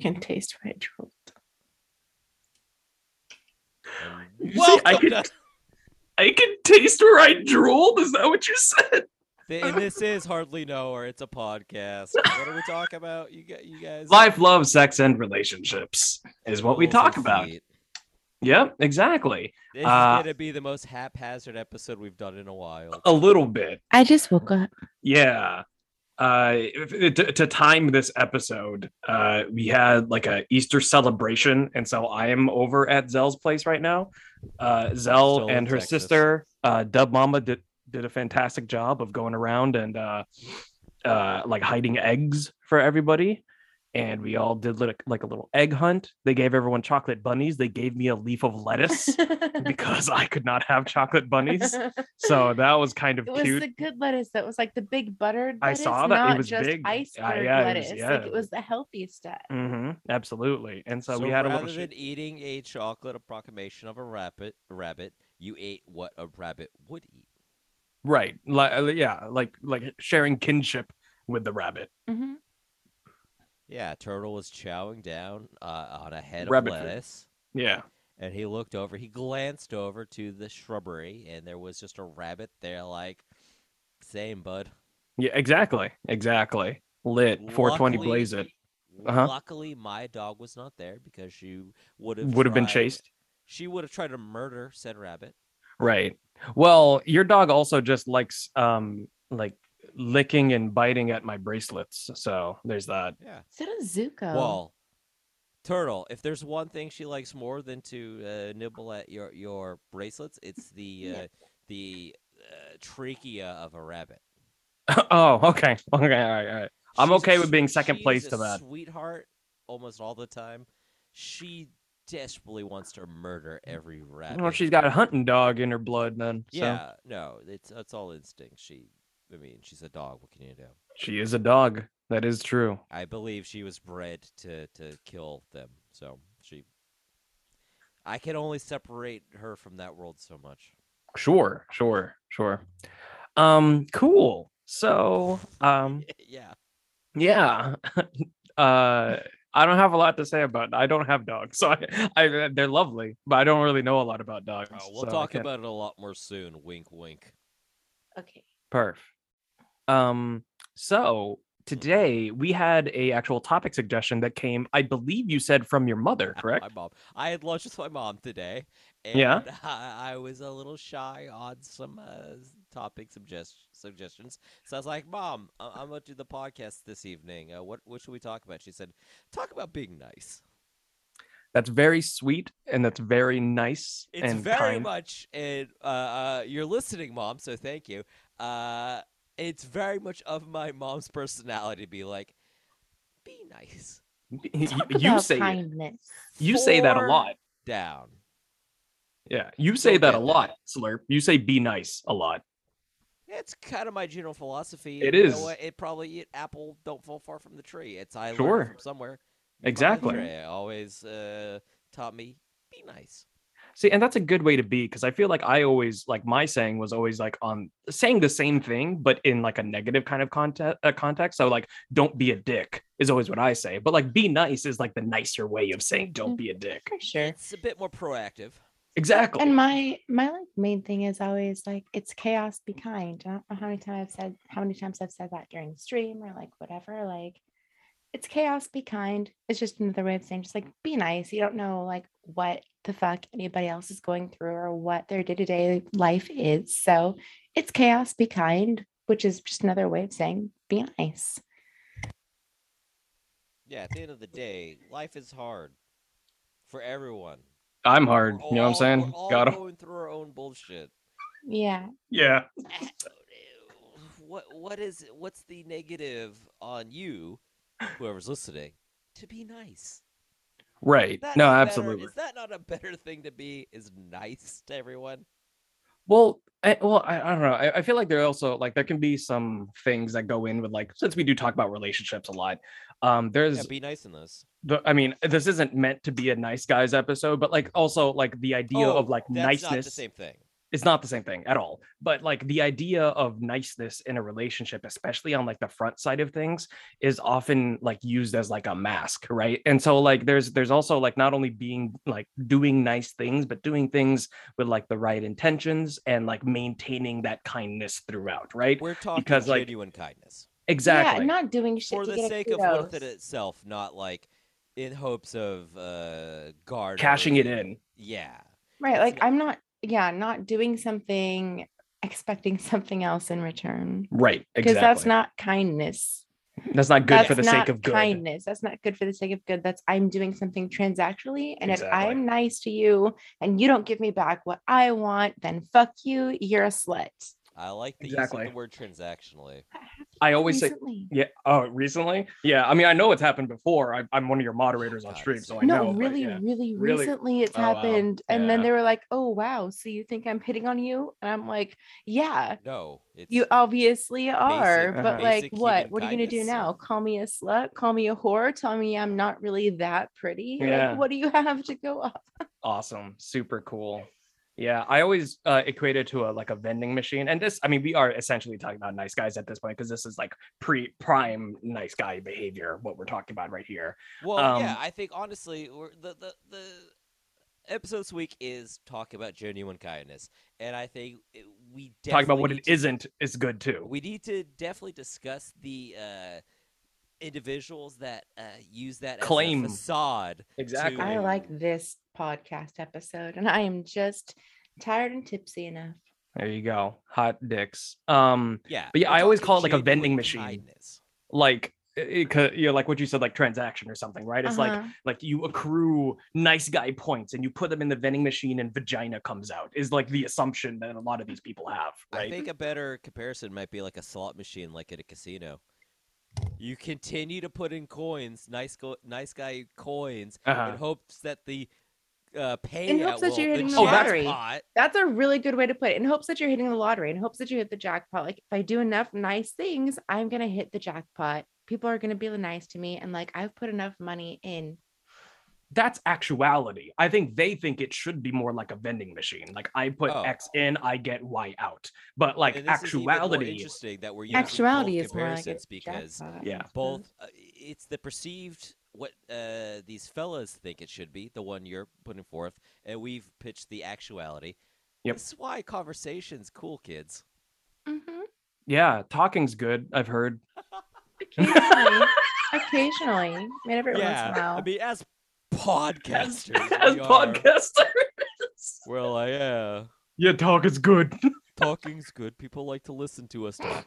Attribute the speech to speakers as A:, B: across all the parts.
A: can taste red fruit.
B: And
A: You see, I
C: Welcome
A: could,
C: to-
A: I can taste where I drooled. Is that what you said?
C: Th- and this is hardly know or it's a podcast. What are we talking about? You got you guys
B: Life, love, sex, and relationships is what we
C: Rules and
B: talk about.
C: feet.
B: Yep, exactly.
C: This
B: Uh,
C: is gonna be the most haphazard episode we've done in a while.
B: A little bit.
A: I just woke up.
B: Yeah. Uh, if- to, to time this episode, uh, we had like a Easter celebration, and so I am over at Zell's place right now. Uh, Zell
C: Still in
B: and her
C: Texas.
B: sister, uh, Dub Mama, did did a fantastic job of going around and uh, uh, like hiding eggs for everybody, and we all did like, like a little egg hunt. They gave everyone chocolate bunnies. They gave me a leaf of lettuce because I could not have chocolate bunnies,
A: it
B: so that was kind of
A: was
B: cute.
A: the good lettuce that was like the big buttered.
B: I
A: Lettuce,
B: saw that. It
A: Not
B: was
A: just
B: big. Yeah,
A: Iceberg
B: yeah, it was-
A: lettuce.
B: yeah.
A: Like it was the healthy stuff.
B: hmm Absolutely. And so,
C: so
B: we had a
C: rather
B: little
C: than
B: shit.
C: eating a chocolate approximation of a rabbit, rabbit, you ate what a rabbit would eat.
B: Right. Like uh, yeah, like like sharing kinship with the rabbit.
A: Mhm.
C: Yeah, turtle was chowing down uh, on a head
B: Rabbit
C: of
B: food.
C: lettuce,
B: Yeah.
C: and he looked over. He glanced over to the shrubbery, and there was just a rabbit there, like, same bud.
B: Yeah, exactly. Exactly. Lit 420
C: Luckily-
B: blaze it. Uh-huh.
C: Luckily, my dog was not there because she would have
B: Would have been
C: tried-
B: chased.
C: She would have tried to murder said rabbit.
B: Right. Well, your dog also just likes um like licking and biting at my bracelets. So there's that.
C: Yeah.
A: So does Zuko.
C: Well, turtle. If there's one thing she likes more than to uh, nibble at your your bracelets, it's the
A: Yeah.
C: uh, the uh, trachea of a rabbit.
B: oh, okay. Okay, all right, all right. I'm
C: She's a
B: okay with
C: s-
B: being second
C: she is
B: place
C: a
B: to that.
C: Sweetheart, almost all the time, she desperately wants to murder every rabbit.
B: Well, she's got a hunting dog in her blood then. So
C: Yeah, no, it's it's all instinct. She, I mean, she's a dog. What can you do?
B: she is a dog. That is true.
C: I believe she was bred to to kill them. So she, I can only separate her from that world so much.
B: Sure, sure, sure. Um, cool. So, um,
C: yeah,
B: yeah, uh, I don't have a lot to say about. I don't have dogs, so I, I they're lovely, but I don't really know a lot about dogs.
C: Uh, we'll
B: so I
C: talk
B: can't-
C: about it a lot more soon. Wink, wink.
A: okay.
B: perf. Um, so today we had a actual topic suggestion that came, I believe you said from your mother, correct?
C: My mom. I had lunch with my mom today. And
B: Yeah.
C: I, I was a little shy on some uh, s- topic suggest- suggestions. So I was like, Mom, I- I'm going to do the podcast this evening. Uh, what, what should we talk about? She said, Talk about being nice.
B: That's very sweet and that's very nice
C: It's
B: and
C: very
B: kind.
C: much, and uh, uh, you're listening, Mom, so thank you. Uh, it's very much of my mom's personality to be like, Be nice.
B: You-
A: Talk
B: you
A: about
B: say it.
A: kindness.
B: You say that a
C: Four
B: lot.
C: Down.
B: Yeah, you say
C: You'll
B: that
C: get
B: a
C: that.
B: lot, Slurp. You say be nice a lot.
C: It's kind of my general philosophy.
B: It
C: and you know
B: is.
C: what, It probably eat apple don't fall far from the tree. It's I learned
B: Sure.
C: from somewhere.
B: Exactly.
C: It always uh, taught me be nice.
B: See, and that's a good way to be because I feel like I always like my saying was always like on saying the same thing but in like a negative kind of context. Uh, context. So like, don't be a dick is always what I say, but like be nice is like the nicer way of saying don't be a dick.
A: For sure.
C: It's a bit more proactive.
B: Exactly.
A: And my my like main thing is always like it's chaos, be kind. I don't know how many times I've said how many times I've said that during the stream or like whatever. Like it's chaos, be kind. It's just another way of saying just like be nice. You don't know like what the fuck anybody else is going through or what their day-to-day life is. So it's chaos, be kind, which is just another way of saying be nice.
C: Yeah. At the end of the day, life is hard for everyone.
B: I'm
C: We're
B: hard. You know what I'm
C: all- we're
B: saying?
C: all
B: Got him.
C: going through our own bullshit.
A: Yeah.
B: Yeah.
C: What what is what's the negative on you, whoever's listening, to be nice?
B: Right.
C: that
B: No,
C: not better-
B: absolutely.
C: is that not a better thing to be? Is nice to everyone.
B: Well, I, well, I, I don't know. I, I feel like there also like there can be some things that go in with like since we do talk about relationships a lot. Um,
C: Yeah,
B: there's
C: be nice in this.
B: the i mean this isn't meant to be a nice guys episode but like also like the idea
C: oh,
B: of like
C: that's Not the
B: niceness
C: same thing.
B: it's not the same thing at all but like the idea of niceness in a relationship especially on like the front side of things is often like used as like a mask right and so like there's there's also like not only being like doing nice things but doing things with like the right intentions and like maintaining that kindness throughout right
C: We're talking
B: Because, like,
C: genuine kindness.
B: exactly
A: Yeah, not doing shit
C: for
A: to
C: the
A: get a
C: sake of worth
A: kudos.
C: it itself, not like in hopes of uh guard
B: cashing it in
C: Yeah.
A: Right. Like
C: not-
A: I'm not, yeah, not doing something expecting something else in return.
B: right
A: Because
B: exactly
A: that's not kindness.
B: that's not good
A: that's
B: for the
A: not
B: sake of good
A: kindness. That's not good for the sake of good. That's I'm doing something transactionally. And if
B: Exactly.
A: I'm nice to you and you don't give me back what I want, then fuck you. You're a slut.
C: I like the use
B: Exactly.
C: of the word transactionally.
B: I always say-
A: Recently.
B: Yeah. Oh, recently? Yeah. I mean, I know it's happened before. I, I'm one of your moderators on
C: God,
B: stream,
C: it's
B: so I
C: like-
A: no,
B: know. but
A: really,
B: yeah.
A: really,
B: Really-
A: recently it's
B: Oh, wow.
A: happened. And then
B: Yeah.
A: they were like, oh, wow. So you think I'm hitting on you? And I'm like, yeah.
C: No, it's
A: You obviously are,
B: uh-huh.
A: but like,
C: basic
A: what?
C: human
A: What are you gonna do
C: kindness.
A: now? Call me a slut? Call me a whore? Tell me I'm not really that pretty?
B: Yeah.
A: Like, what do you have to go off?
B: Awesome. Super cool. Yeah. I always uh, equate it to a like a vending machine. And this, I mean, we are essentially talking about nice guys at this point because this is like pre prime nice guy behavior, what we're talking about right here.
C: Well, yeah,
B: Um,
C: I think honestly, we're, the the the episode this week is talking about genuine kindness, and I think it- we definitely
B: Talking about what
C: need
B: it
C: to-
B: isn't is good too.
C: We need to definitely discuss the uh, individuals that uh, use that
B: Claim.
C: as a facade.
B: Exactly.
A: I
C: Ooh.
A: like this podcast episode, and I am just tired and tipsy enough.
B: There you go. Hot dicks. Um,
C: Yeah,
B: But yeah,
C: we're
B: I always
C: talking
B: call it like a
C: genuine
B: vending machine.
C: kindness.
B: like it, it, you know, like what you said, like transaction or something, right? It's like
A: Uh-huh.
B: like you accrue nice guy points and you put them in the vending machine and vagina comes out is like the assumption that a lot of these people have
C: I
B: right
C: think a better comparison might be like a slot machine, like at a casino. You continue to put in coins, nice, go- nice guy coins,
B: Uh-huh.
C: in hopes that the uh, payout
A: hopes that
C: will,
A: you're
C: the
A: hitting
B: the
C: jackpot-
A: lottery. That's a really good way to put it. In hopes that you're hitting the lottery, in hopes that you hit the jackpot. Like, if I do enough nice things, I'm gonna hit the jackpot. People are gonna be nice to me, and like, I've put enough money in.
B: that's actuality i think they think it should be more like a vending machine like i put
C: Oh.
B: x in i get y out but like
C: And this is even more
B: actuality
C: interesting that we're using
A: Actuality
C: both
A: is more like a
C: comparisons because
A: jackpot,
B: Yeah.
A: I suppose.
C: both uh, it's the perceived what uh, these fellas think it should be the one you're putting forth and we've pitched the actuality
B: Yep.
C: this is why conversations cool kids
A: Mhm.
B: yeah talking's good i've heard
A: Occasionally, occasionally, made every once in a
C: yeah
A: while.
C: i mean as podcasters
B: as
C: we are-
B: podcasters
C: we're like yeah
B: yeah talking's good
C: talking's good people like to listen to us talk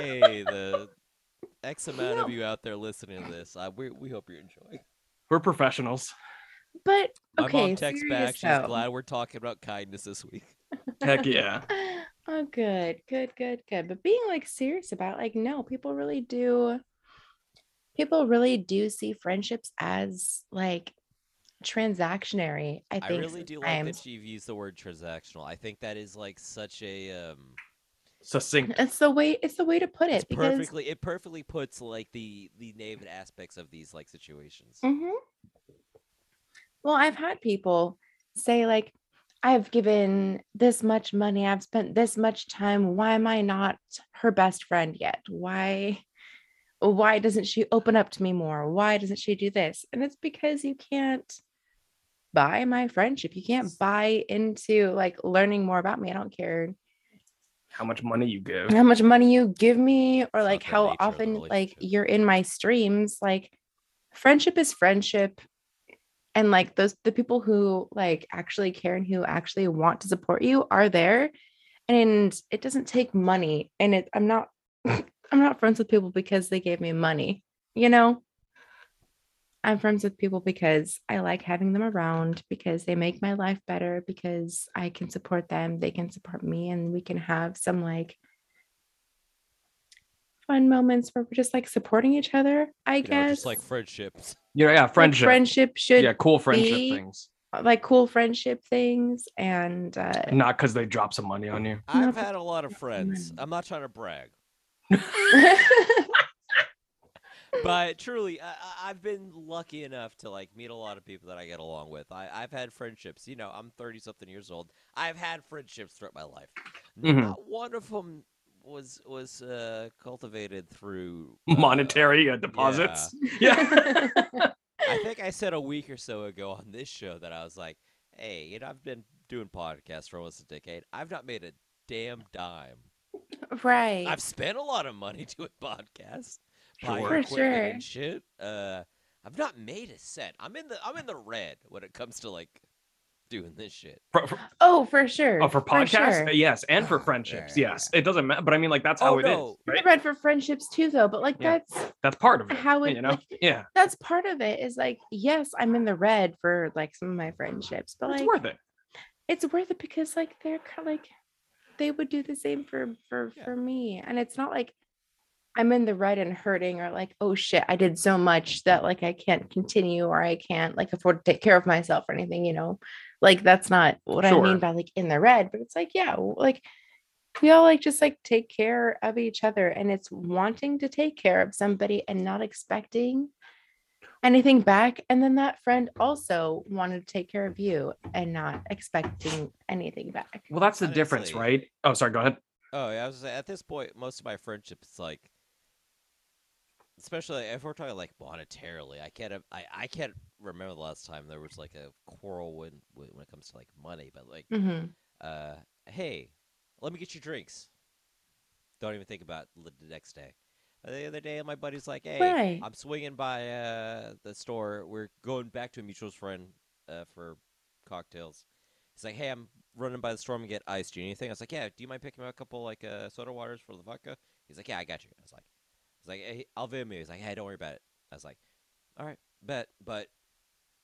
C: hey the x amount of you out there listening to this uh, we, we hope you're enjoying
B: we're professionals
A: but
C: My
A: okay,
C: mom texts
A: serious
C: back. She's
A: though.
C: glad we're talking about kindness this week.
B: heck yeah
A: Oh, good, good, good, good. But being like serious about like, no, people really do. People really do see friendships as like transactionary. I
C: I,
A: think
C: really do like
A: sometimes.
C: that you've used the word transactional. I think that is like such a um
B: succinct
A: It's the way. It's the way to put
C: it's
A: it because.
C: perfectly it perfectly puts like the the negative aspects of these like situations.
A: Mhm. Well, I've had people say, like, I've given this much money, I've spent this much time. Why am I not her best friend yet? Why? Why doesn't she open up to me more? Why doesn't she do this? And it's because you can't buy my friendship. You can't buy into like learning more about me. I don't care
B: how much money you give
A: how much money you give me or
C: It's
A: like
C: not the
A: how
C: nature of the
A: often like
C: relationship.
A: you're in my streams like friendship is friendship and like those the people who like actually care and who actually want to support you are there and it doesn't take money and it i'm not i'm not friends with people because they gave me money you know i'm friends with people because i like having them around because they make my life better because i can support them they can support me and we can have some like fun moments where we're just like supporting each other i
C: You
A: guess
C: know, just like friendships.
B: yeah yeah
A: Like,
B: friendship
A: friendship should
B: yeah cool friendship
A: be-
B: things
A: like cool friendship things and uh
B: not because they drop some money on you
C: I've
A: but-
C: had a lot of friends.
A: Mm.
C: I'm not trying to brag. but truly, I, I- I've been lucky enough to like meet a lot of people that I get along with. I, I've had friendships. You know, I'm 30 something years old. I've had friendships throughout my life.
A: Mm-hmm.
B: Mhm.
C: Not one of them was was uh, cultivated through uh,
B: Monetary uh, deposits. Yeah.
C: I think I said a week or so ago on this show that I was like, "Hey, you know, I've been doing podcasts for almost a decade. I've not made a damn dime.
A: right.
C: I've spent a lot of money doing podcasts, buying
B: Sure.
A: For
C: equipment and shit. Uh, I've not made a set. I'm in the I'm in the red when it comes to like doing this shit.
B: For, for,
A: oh, for sure.
B: oh, for podcasts,
A: sure.
B: yes, and for
C: Oh,
B: friendships,
C: yeah.
B: yes. It doesn't matter, but I mean, like that's how
C: Oh,
B: it is,
C: no.
A: I
B: right?
A: read for friendships too, though. But like
B: Yeah.
A: that's
B: That's part of it.
A: how it
B: you know?
A: like,
B: yeah,
A: that's part of it. Is like yes, I'm in the red for like some of my friendships, but
B: it's
A: like
B: worth it.
A: it's worth it because like they're kind of like they would do the same for for
C: Yeah.
A: for me and it's not like i'm in the red and hurting or like oh shit i did so much that like i can't continue or i can't like afford to take care of myself or anything you know like that's not what i
B: Sure.
A: mean by like in the red but it's like yeah w- like we all like just like take care of each other and it's wanting to take care of somebody and not expecting anything back and then that friend also wanted to take care of you and not expecting anything back
B: Well, that's the difference,
C: Honestly.
B: right? Oh, sorry, go ahead.
C: Oh, yeah, I was gonna say, at this point, most of my friendships it's like, especially if we're talking like monetarily, I can't, um, I, I can't remember the last time there was like a quarrel when when when it comes to like money, but like,
A: Mhm.
C: uh, hey, let me get you drinks. Don't even think about li- the next day. Uh, The other day, my buddy's like, hey,
A: Right.
C: I'm swinging by uh, the store. We're going back to a mutual friend uh, for cocktails. He's like, hey, I'm running by the store and get ice. Do you need anything? I was like, yeah, do you mind picking up a couple like uh, soda waters for the vodka? He's like, yeah, I got you. I was like, he's like, hey, I'll Venmo you. He's like, hey, don't worry about it. I was like, all right, bet. But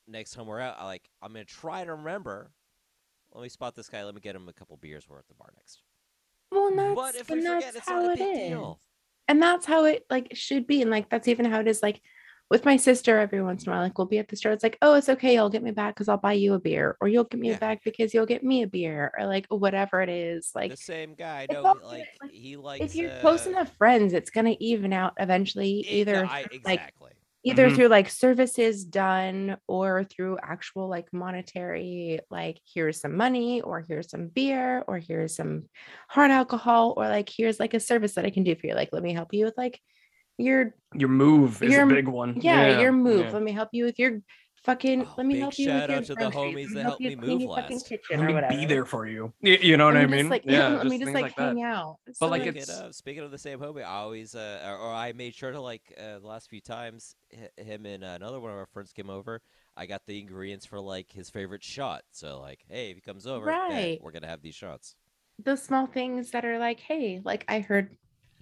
C: next time we're out, I like, I'm gonna try to remember. Let me spot this guy. Let me get him a couple beers. We're at the bar next.
A: well and that's,
C: but if we
A: and
C: forget,
A: that's
C: it's
A: how
C: not a
A: it
C: big
A: is.
C: deal.
A: and that's how it like should be and like that's even how it is like with my sister every once in a while like we'll be at the store it's like oh it's okay you'll get me back because i'll buy you a beer or you'll get me
C: Yeah.
A: a bag because you'll get me a beer or like whatever it is like
C: the same guy.
A: it's
C: No,
A: all
C: he,
A: good,
C: like
A: like,
C: he likes.
A: if you're close
C: uh,
A: enough friends it's going to even out eventually
C: it-
A: either
C: I,
A: through, like
C: exactly.
A: either
B: Mhm.
A: through like services done or through actual like monetary like here's some money or here's some beer or here's some hard alcohol or like here's like a service that i can do for you like let me help you with like your
B: Your move is
A: Your-
B: a big one.
A: yeah, your move
B: yeah.
A: let me help you with your fucking
C: Oh,
A: let me
C: big
A: help you
C: shout
A: with your
C: out to the
A: groceries. Let
C: homies
A: me
C: that helped
A: help you
C: me
A: clean your
C: move
A: fucking
C: last.
A: kitchen or
B: Let me be
A: whatever.
B: there for you. Y- You know what
A: Let
B: I
A: me just,
B: mean?
A: like,
B: yeah,
A: let me just
B: things
A: like,
B: that.
A: hang out It's
B: But,
A: so
B: like,
A: nice.
C: speaking
B: it's-
C: of speaking of the same homie, I always uh, or, or I made sure to like uh, the last few times hi- him and another one of our friends came over. I got the ingredients for like his favorite shot. So like, hey, if he comes over, yeah,
A: Right.
C: we're gonna have these shots.
A: those small things that are like, hey, like I heard,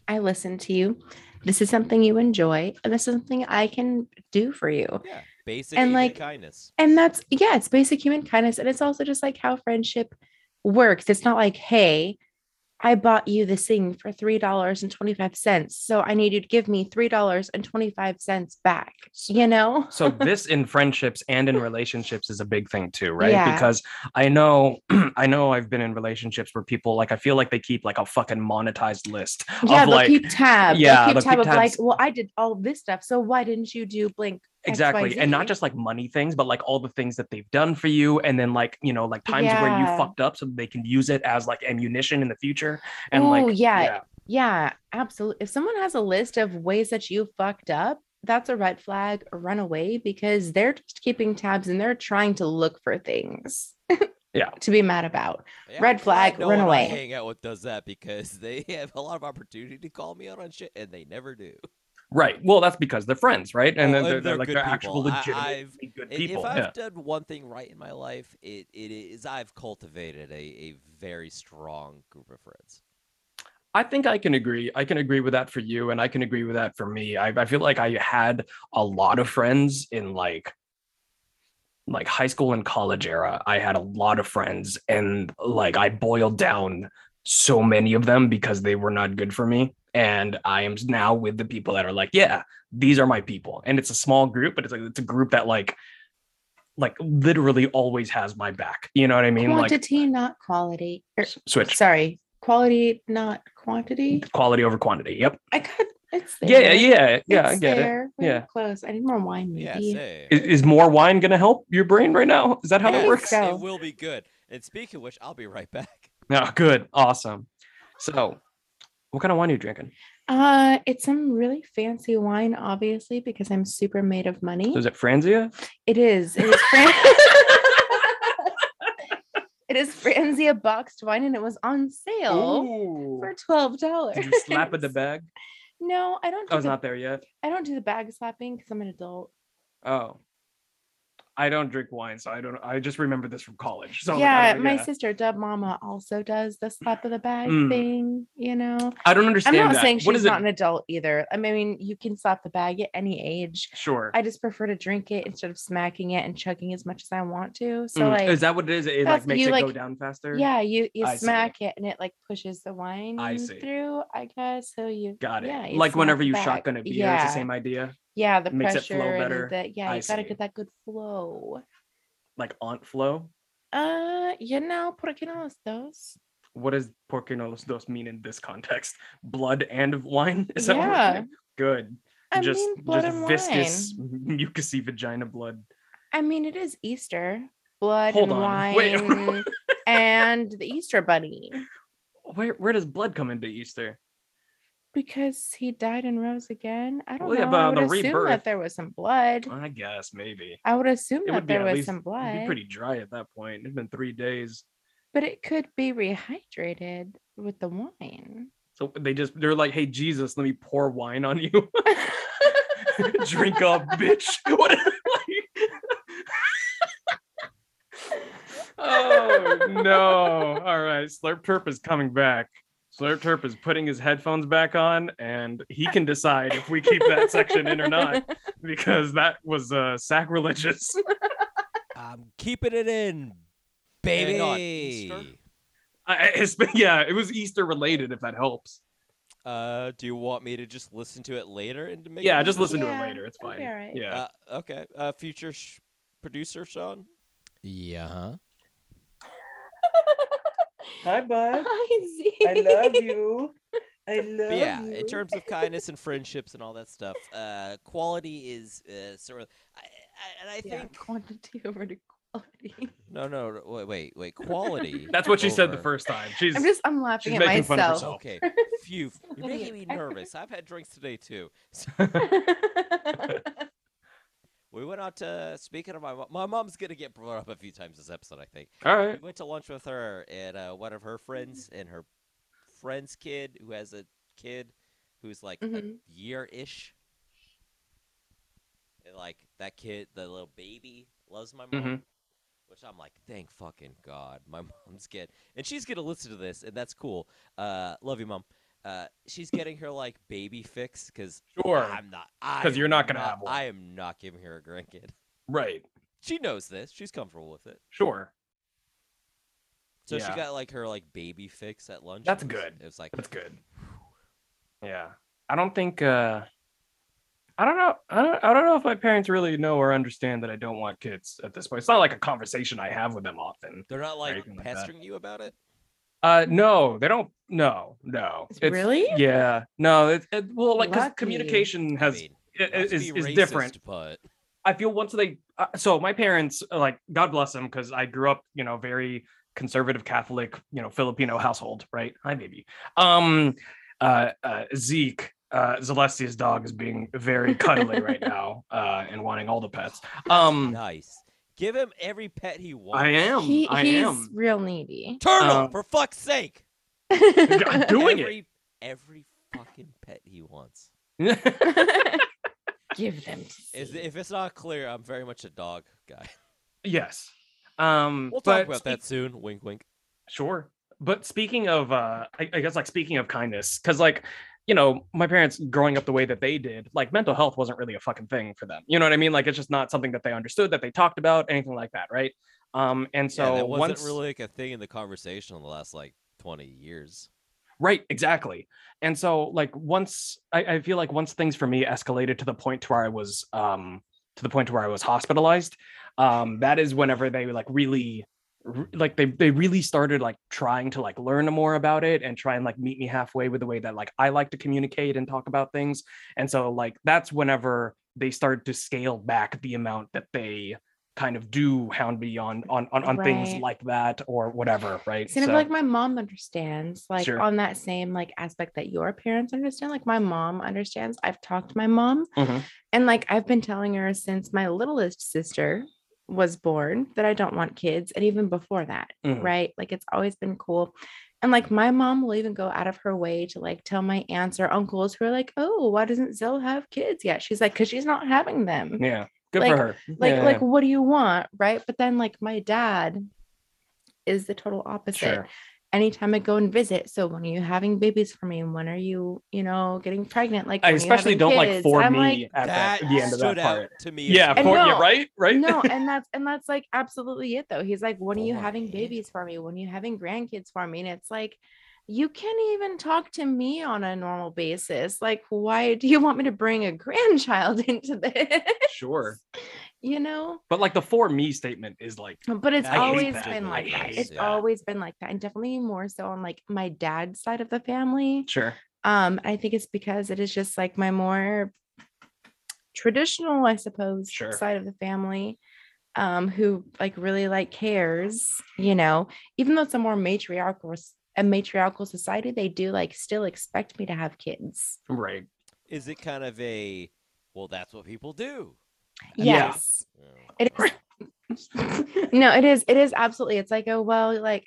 A: I listened to you. This is something you enjoy, and this is something I can do for you.
C: Yeah, basic
A: And,
C: human
A: like,
C: kindness.
A: And that's, yeah, it's basic human kindness. And it's also just like how friendship works. It's not like, hey, I bought you this thing for $3.25. So I need you to give me $3.25 back, you know?
B: so this in friendships and in relationships is a big thing too right
A: Yeah.
B: because i know i know i've been in relationships where people like i feel like they keep like a fucking monetized list
A: Yeah,
B: of
A: they'll
B: like
A: keep tab. they'll
B: yeah, they'll
A: keep tab
B: keep
A: of like,
B: tabs.
A: well, I did all this stuff. So why didn't you do blink?
B: exactly and not
A: XYZ?
B: just like money things but like all the things that they've done for you and then like you know like times where you
A: Yeah.
B: fucked up so they can use it as like ammunition in the future and
A: Ooh,
B: like
A: yeah. Yeah, absolutely. If someone has a list of ways that you fucked up, that's a red flag. Run away because they're just keeping tabs and they're trying to look for things.
B: Yeah.
A: To be mad about.
C: Yeah,
A: Red
C: I'm glad
A: flag,
C: no
A: run
C: one I
A: away.
C: Hang out with does that because they have a lot of opportunity to call me out on shit, and they never do.
B: right well that's because they're friends right
C: Oh,
B: and then
C: and
B: they're,
C: they're
B: they're like
C: good
B: they're actual
C: people. I-
B: legitimate
C: I've-
B: good
C: I-
B: people
C: If I've
B: yeah.
C: done one thing right in my life, it, it is I've cultivated a, a very strong group of friends.
B: I think I can agree. I can agree with that for you, and I can agree with that for me. I, I feel like I had a lot of friends in like like high school and college era. I had a lot of friends, and like I boiled down so many of them because they were not good for me. And I am now with the people that are like, yeah, these are my people, and it's a small group, but it's like it's a group that like like literally always has my back. You know what I mean? like
A: Quantity, not quality. Er,
B: s- switch
A: Sorry. Quality, not quantity.
B: quality over quantity. Yep.
A: I got It's
B: Yeah,
A: there.
B: yeah, yeah. I
A: It's
B: get it.
A: there. We were
B: Yeah.
A: close. I need more wine, maybe.
C: Yeah, same.
B: Is, is more wine gonna help your brain right now? Is that how
A: I
B: it
A: think
B: works?
A: so.
C: It will be good. And speaking of which, I'll be right back.
B: No, good, awesome. So, what kind of wine are you drinking?
A: Uh, it's some really fancy wine, obviously, because I'm super made of money.
B: So is it Franzia?
A: It is. It is. Fran- it is Franzia boxed wine, and it was on sale
B: Ooh.
A: for twelve dollars.
B: Did you slap at the bag?
A: No, I don't. Do
B: I Mm-hmm. was
A: the,
B: not there yet.
A: I don't do the bag slapping because I'm an adult.
B: Oh. I don't drink wine, so I don't. I just remember this from college. So like, oh, I
A: yeah,
B: don't-
A: my sister, Dub Mama, also does the slap of the bag
B: Mm.
A: thing. You know,
B: I don't
A: I'm
B: understand.
A: not
B: that.
A: saying
B: What
A: she's
B: is it?
A: not an adult either. I mean, you can slap the bag at any age.
B: Sure.
A: I just prefer to drink it instead of smacking it and chugging as much as I want to. So
B: Mm,
A: like,
B: is that what it is? It
A: that's-
B: like makes
A: you,
B: it go
A: like-
B: down faster.
A: yeah, you you
B: I see.
A: smack it and it like pushes the wine
B: see.
A: through. I guess so. You
B: Got it.
A: yeah, you
B: like
A: smack
B: whenever
A: the
B: you
A: bag.
B: shotgun a beer,
A: yeah,
B: it's the same idea.
A: yeah, the
B: makes it
A: pressure
B: flow better.
A: and the, yeah,
B: I
A: you gotta
B: see.
A: get that good flow.
B: Like Aunt Flo.
A: Uh, you know, por qué no los dos?
B: What does porque no los dos mean in this context? Blood and wine? Is that what we're
A: yeah,
B: doing? good?
A: I
B: just
A: mean blood
B: just
A: and
B: viscous,
A: wine.
B: mucousy vagina blood.
A: I mean, it is Easter, blood
B: Hold
A: and
B: on.
A: wine,
B: Wait.
A: and the Easter Bunny
B: Where where does blood come into Easter?
A: because he died and rose again. I don't
B: Well,
A: know.
B: yeah,
A: I
B: but
A: would
B: the
A: assume
B: rebirth-
A: that there was some blood.
B: I guess maybe.
A: I would assume
B: It would
A: that
B: be
A: there
B: at
A: was
B: least-
A: some
B: It'd be
A: blood,
B: pretty dry at that point. It's been three days.
A: but it could be rehydrated with the wine.
B: So they just they're like, hey Jesus, let me pour wine on you. Drink up, bitch. What oh no. All right. Slurp Turp is coming back. Slurp Turp is putting his headphones back on and he can decide if we keep that section in or not because that was uh sacrilegious.
C: I'm keeping it in,
B: baby.
C: baby.
B: Easter? I, I- it's, yeah, it was Easter related if that helps.
C: Uh, do you want me to just listen to it later and to make?
B: Yeah,
C: a
B: just listen
C: decision?
B: to it
A: Yeah,
B: later. It's
A: that'd
B: fine.
A: be all right.
B: Yeah.
C: Uh, okay. Uh, future sh- producer Sean. Yeah. Huh?
D: Hi, bud.
A: I see.
D: I love you. I love
C: But yeah,
D: you.
C: in terms of kindness and friendships and all that stuff, uh, quality is uh, sort of. I, I, and I
A: Yeah,
C: think
A: quantity over to quality.
C: no, no, no, wait, wait, wait. Quality.
B: That's what she said the
C: over-
B: first time. She's
A: I'm just I'm laughing
B: she's
A: at
B: making fun of
A: myself.
B: herself.
C: Okay, phew. You're making me nervous. I've had drinks today too. So we went out to speaking of my mom. My mom's gonna get brought up a few times this episode, I think.
B: all right.
C: We went to lunch with her and uh, one of her friends
B: Mm-hmm.
C: and her friend's kid who has a kid who's like a
B: Mm-hmm.
A: Mhm.
C: year ish. And like that kid, the little baby, loves my mom.
B: Mhm.
C: Which I'm like, thank fucking God, my mom's getting, and she's gonna listen to this, and that's cool. Uh, love you, mom. Uh, she's getting her like baby fix because
B: Sure.
C: Ah, I'm not, I
B: 'Cause you're
C: am
B: not gonna have one.
C: I am not giving her a grandkid.
B: Right.
C: She knows this. She's comfortable with it.
B: Sure.
C: So
B: Yeah.
C: she got like her like baby fix at lunch.
B: That's
C: and it was-
B: good.
C: It was like
B: That's good. Yeah. I don't think uh I don't know. I don't I don't know if my parents really know or understand that I don't want kids at this point. It's not like a conversation I have with them often.
C: they're not like
B: anything like that.
C: pestering you about it.
B: Uh no, they don't no, no. It's-
A: really?
B: Yeah. No, it, it well like 'cause
A: Lucky.
B: communication
C: I
B: has
C: mean,
B: i- i-
C: not to
B: is,
C: be
B: is
C: racist,
B: different.
C: but
B: I feel once they uh, so my parents uh, like God bless them because I grew up you know very conservative Catholic you know Filipino household right hi baby um uh, uh Zeke uh Celestia's dog is being very cuddly right now uh and wanting all the pets um
C: nice. Give him every pet he wants.
B: I am
A: He,
B: I
A: he's
B: am
A: real needy.
C: Turtle,
B: Um,
C: for fuck's sake.
B: I'm doing
C: every, Every fucking pet he wants.
B: it
A: Give them. to
C: Is,
A: Zeke.
C: if it's not clear, I'm very much a dog guy.
B: yes um
C: We'll
B: but
C: talk about that soon. Wink, wink.
B: Sure. But speaking of, uh, I, I guess like speaking of kindness, because like, you know, my parents growing up the way that they did, like mental health wasn't really a fucking thing for them. You know what I mean? Like it's just not something that they understood, that they talked about, anything like that, right? Um, and so
C: yeah, that wasn't
B: once,
C: really like a thing in the conversation in the last like 20 years.
B: right, exactly. And so like once I, I feel like once things for me escalated to the point to where I was, um, to the point to where I was hospitalized, um, that is whenever they like really r- like they they really started like trying to like learn more about it and try and like meet me halfway with the way that like I like to communicate and talk about things. And so like that's whenever they started to scale back the amount that they kind of do hound me on on on, on things
A: Right.
B: like that or whatever, right?
A: It's kind of like my mom understands, like
B: uh, Sure.
A: on that same like aspect that your parents understand. Like my mom understands. I've talked to my mom,
B: Mhm.
A: and like I've been telling her since my littlest sister was born that I don't want kids, and even before that,
B: Mhm.
A: right? Like it's always been cool. And like my mom will even go out of her way to like tell my aunts or uncles who are like, "Oh, why doesn't Zill have kids yet?" She's like, "Cause she's not having them."
B: yeah, good for
A: like-
B: her.
A: like
B: Yeah,
A: like what do you want right but then like my dad is the total opposite
B: sure.
A: anytime i go and visit so when are you having babies for me and when are you you know getting pregnant like
B: I
A: when are you
B: especially
A: having
B: don't like
A: kids?
B: for
A: I'm
B: me
A: like,
B: at
C: that
B: the, the end of
C: stood
B: that part.
C: out to me. as
B: Yeah,
C: well.
A: And
B: for, yeah,
A: no,
B: right, right.
A: no and that's and that's like absolutely it though he's like when are you
B: Oh,
A: having
C: Boy.
A: babies for me when are you having grandkids for me and it's like you can't even talk to me on a normal basis like why do you want me to bring a grandchild into this
B: sure.
A: you know
B: But like the for me statement is like
A: but it's
C: I hate
A: always
B: that.
A: been
B: I
A: like that
B: hate
A: it's
C: that.
A: always been like that and definitely more so on like my dad's side of the family
B: sure.
A: um i think it's because it is just like my more traditional i suppose
B: Sure.
A: side of the family um who like really like cares you know even though it's a more matriarchal s- a matriarchal society they do like still expect me to have kids
B: Right.
C: Is it kind of a well? That's what people do.
B: Yeah.
A: yes
C: Yeah.
A: It is. no, it is. It is absolutely. It's like a well, like,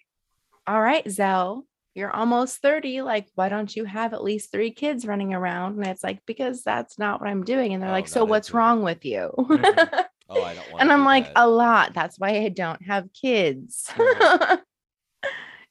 A: all right, Zell, you're almost 30. Like, why don't you have at least three kids running around? And it's like, because that's not what I'm doing. And they're
C: Oh,
A: like,
C: no,
A: so
C: that's
A: what's
C: right.
A: wrong with you?
B: Mhm.
C: Oh, I don't want.
A: and I'm like, a lot. That's why I don't have kids.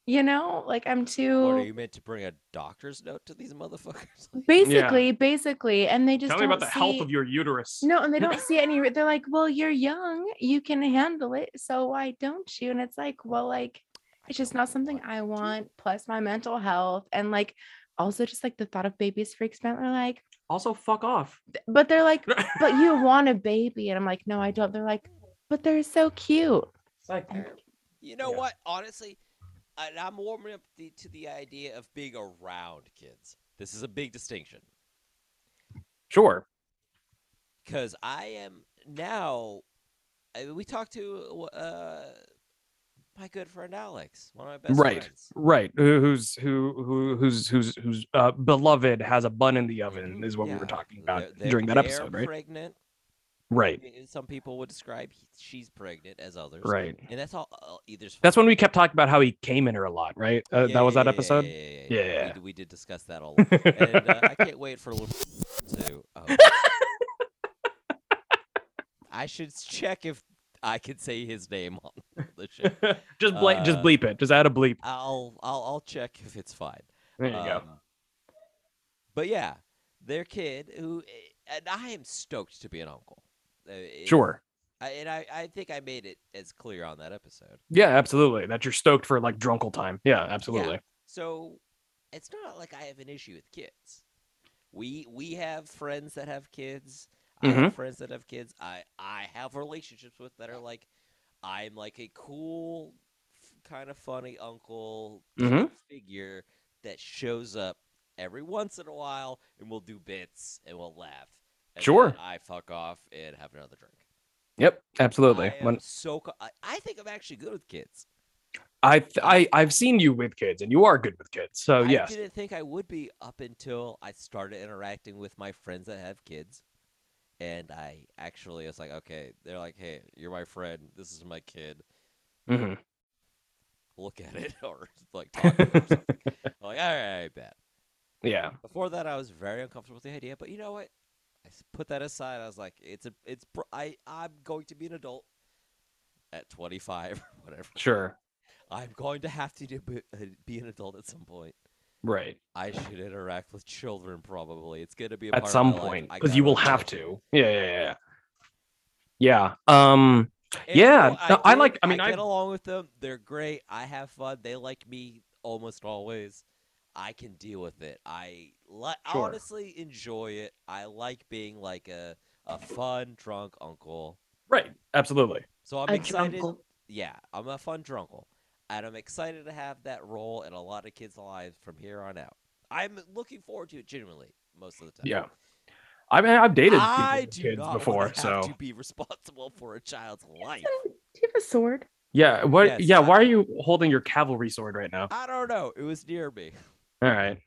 A: you know, like I'm
C: Lord, are
A: too
C: you meant to bring a doctor's note to these motherfuckers?
A: basically, basically, and they just
B: Tell me about the
A: don't
B: health
A: see-
B: of your uterus.
A: No, and they don't see any. re- They're like, well, you're young, you can handle it. So why don't you? And it's like, well, like, it's just not something I want. Plus, my mental health. And like, also, just like the thought of babies freaks me out. They're like,
B: Also, fuck off.
A: but they're like, but you want a baby. And I'm like, no, I don't. They're like, but they're so cute.
B: It's like,
C: You know
B: Yeah.
C: what? Honestly, I, I'm warming up the, to the idea of being around kids. This is a big distinction
B: sure.
C: because I am now. I, we talked to uh, my good friend Alex, one of my best
B: Right.
C: friends.
B: Right. Who, who's who who who's who's who's uh, beloved has a bun in the
A: Mm-hmm.
B: oven is what we
C: Yeah.
B: were talking about
C: They're- they're-
B: during that
C: they're
B: episode, right?
C: Pregnant.
B: Right.
C: Uh, Some people would describe he- she's pregnant as others.
B: Right.
C: And that's all. all either.
B: That's when we kept talking about how he came in her a lot, right? Uh, that was that episode.
C: Yeah. yeah,
B: Yeah,
C: We
B: yeah.
C: d- We, did discuss that a lot. and uh, I can't wait for a little to. oh. I should s- check if I can say his name on the show.
B: just bla- just
C: Uh,
B: bleep it. Just add a bleep.
C: I'll I'll I'll check if it's fine.
B: There
A: uh,
B: you go.
C: Um, But yeah, their kid who eh, and I am stoked to be an uncle. Uh, it-
B: Sure.
C: I, and I, I think I made it as clear on that episode.
B: Yeah, absolutely. That you're stoked for like drunkle time. Yeah, absolutely.
C: So it's not like I have an issue with kids. We we have friends that have kids. I
B: Mm-hmm.
C: have friends that have kids. I I have relationships with that are like I'm like a cool f- kind of funny uncle
B: Mhm.
C: figure that shows up every once in a while and we'll do bits and we'll laugh. And then
B: Sure.
C: I fuck off and have another drink.
B: Yep, absolutely.
C: I am
B: When-
C: so co- I, I think I'm actually good with kids.
B: I, th- I I've seen you with kids, and you are good with kids. So
C: I
B: Oh, yes,
C: didn't think I would be up until I started interacting with my friends that have kids. And I actually was like, okay, they're like, hey, you're my friend. This is my kid.
B: Mhm.
C: Look at it or like talk to it or something. I'm like, all right, bet.
B: yeah,
C: Before that, I was very uncomfortable with the idea, but you know what? I s- put that aside. I was like, it's a, it's, pr- I, I'm going to be an adult at 25 or whatever.
B: sure,
C: I'm going to have to do, be, uh, be an adult at some point.
B: right.
C: I should interact with children probably. It's gonna be a part
B: At
C: of
B: some
C: my life.
B: point,
C: I
B: because you
C: gotta
B: will have
C: do it.
B: to. Yeah, yeah, yeah, yeah. Yeah, Um,
C: And, you
B: Yeah,
C: know,
B: no, I
C: do.
B: like- I mean, I-
C: get along with them. They're great. I have fun. They like me almost always. I can deal with it. I li- I
B: Sure.
C: honestly enjoy it. I like being like a a fun drunk uncle.
B: right. Absolutely.
C: So I'm
A: A
C: excited.
A: drunkle.
C: yeah, I'm a fun drunkle, and I'm excited to have that role in a lot of kids' lives from here on out. I'm looking forward to it genuinely most of the time.
B: Yeah. I mean, I've dated people
C: I
B: with
C: do
B: kids
C: not wanna
B: before,
C: have
B: so
C: to be responsible for a child's life.
A: Do you have a sword?
B: yeah. What?
C: Yes,
B: yeah.
C: I-
B: Why are you holding your cavalry sword right now?
C: I don't know. It was near me.
B: All right.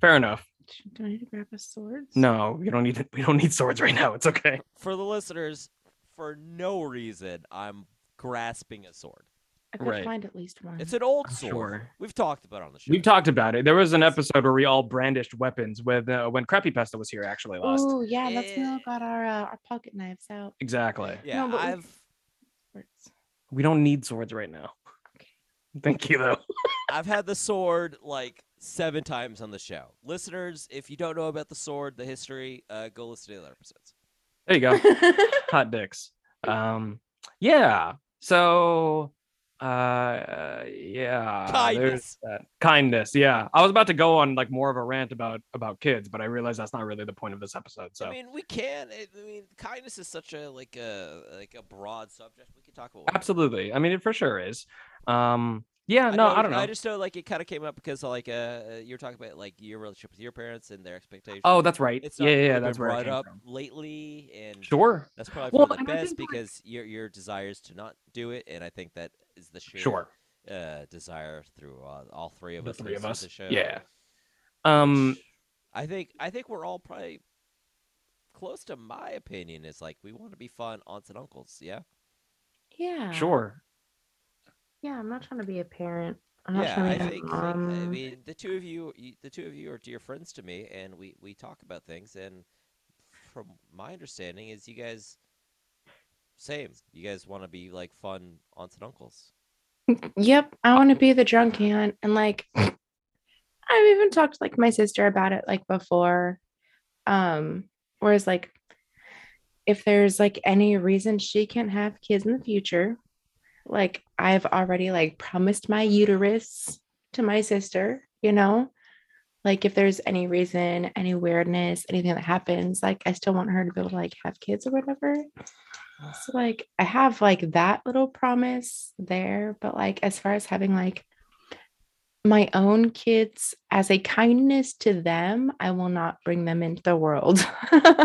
B: Fair enough.
A: Do I need to grab a sword?
B: No, you don't need. We don't need swords right now. It's okay.
C: For the listeners, for no reason, I'm grasping a sword.
A: I could
B: Right.
A: find at least one.
C: It's an old sword.
B: Sure.
C: We've talked about it on the show.
B: We've talked about it. There was an episode where we all brandished weapons with uh, when Crappy Pesta was here actually last.
A: Oh yeah, that's when we all
C: Eh.
A: got our uh, our pocket knives out.
B: Exactly.
C: Yeah,
A: No, but we-
C: I've
A: Swords.
B: We don't need swords right now.
A: Okay.
B: Thank you though.
C: I've had the sword like seven times on the show. Listeners, if you don't know about the sword, the history, uh, go listen to the other episodes.
B: There you go. hot dicks. Um, yeah. So, uh, yeah.
C: Kindness.
B: there's That. Kindness. Yeah. I was about to go on like more of a rant about about kids, but I realized that's not really the point of this episode. So
C: I mean, we can. It, I mean, kindness is such a like a like a broad subject. We can talk about. whatever.
B: absolutely. I mean, it for sure is. Um, yeah. No, I don't know.
C: I just know like it kind of came up because like uh, you were talking about like your relationship with your parents and their expectations.
B: oh, that's right.
C: It's
B: yeah,
C: not
B: yeah,
C: really
B: yeah.
C: been
B: That's where I
C: brought
B: came
C: up
B: from.
C: lately, and
B: Sure.
C: that's probably
B: Well,
C: for the
B: and I
C: best
B: think, like-
C: because your your desire is to not do it, and I think that is the shared
B: Sure.
C: uh, desire through uh, all three of
B: The
C: us.
B: three
C: listening
B: of
C: to
B: us.
C: The show.
B: Yeah. Um.
C: which I think I think we're all probably close to my opinion is like we want to be fun aunts and uncles, yeah.
A: yeah.
B: Sure.
A: Yeah, I'm not trying to be a parent. I'm not
C: yeah, I
A: trying to be a
C: think like, I
A: mom.
C: mean the two of you, you the two of you are dear friends to me and we we talk about things and from my understanding is you guys same. You guys want to be like fun aunts and uncles.
A: Yep, I want to be the drunk aunt, and like, I've even talked to, like my sister about it like before. Um, whereas like, if there's like any reason she can't have kids in the future, like I've already like promised my uterus to my sister, you know, like if there's any reason, any weirdness, anything that happens, like I still want her to be able to like have kids or whatever. So like I have like that little promise there, but like as far as having like my own kids as a kindness to them, I will not bring them into the world.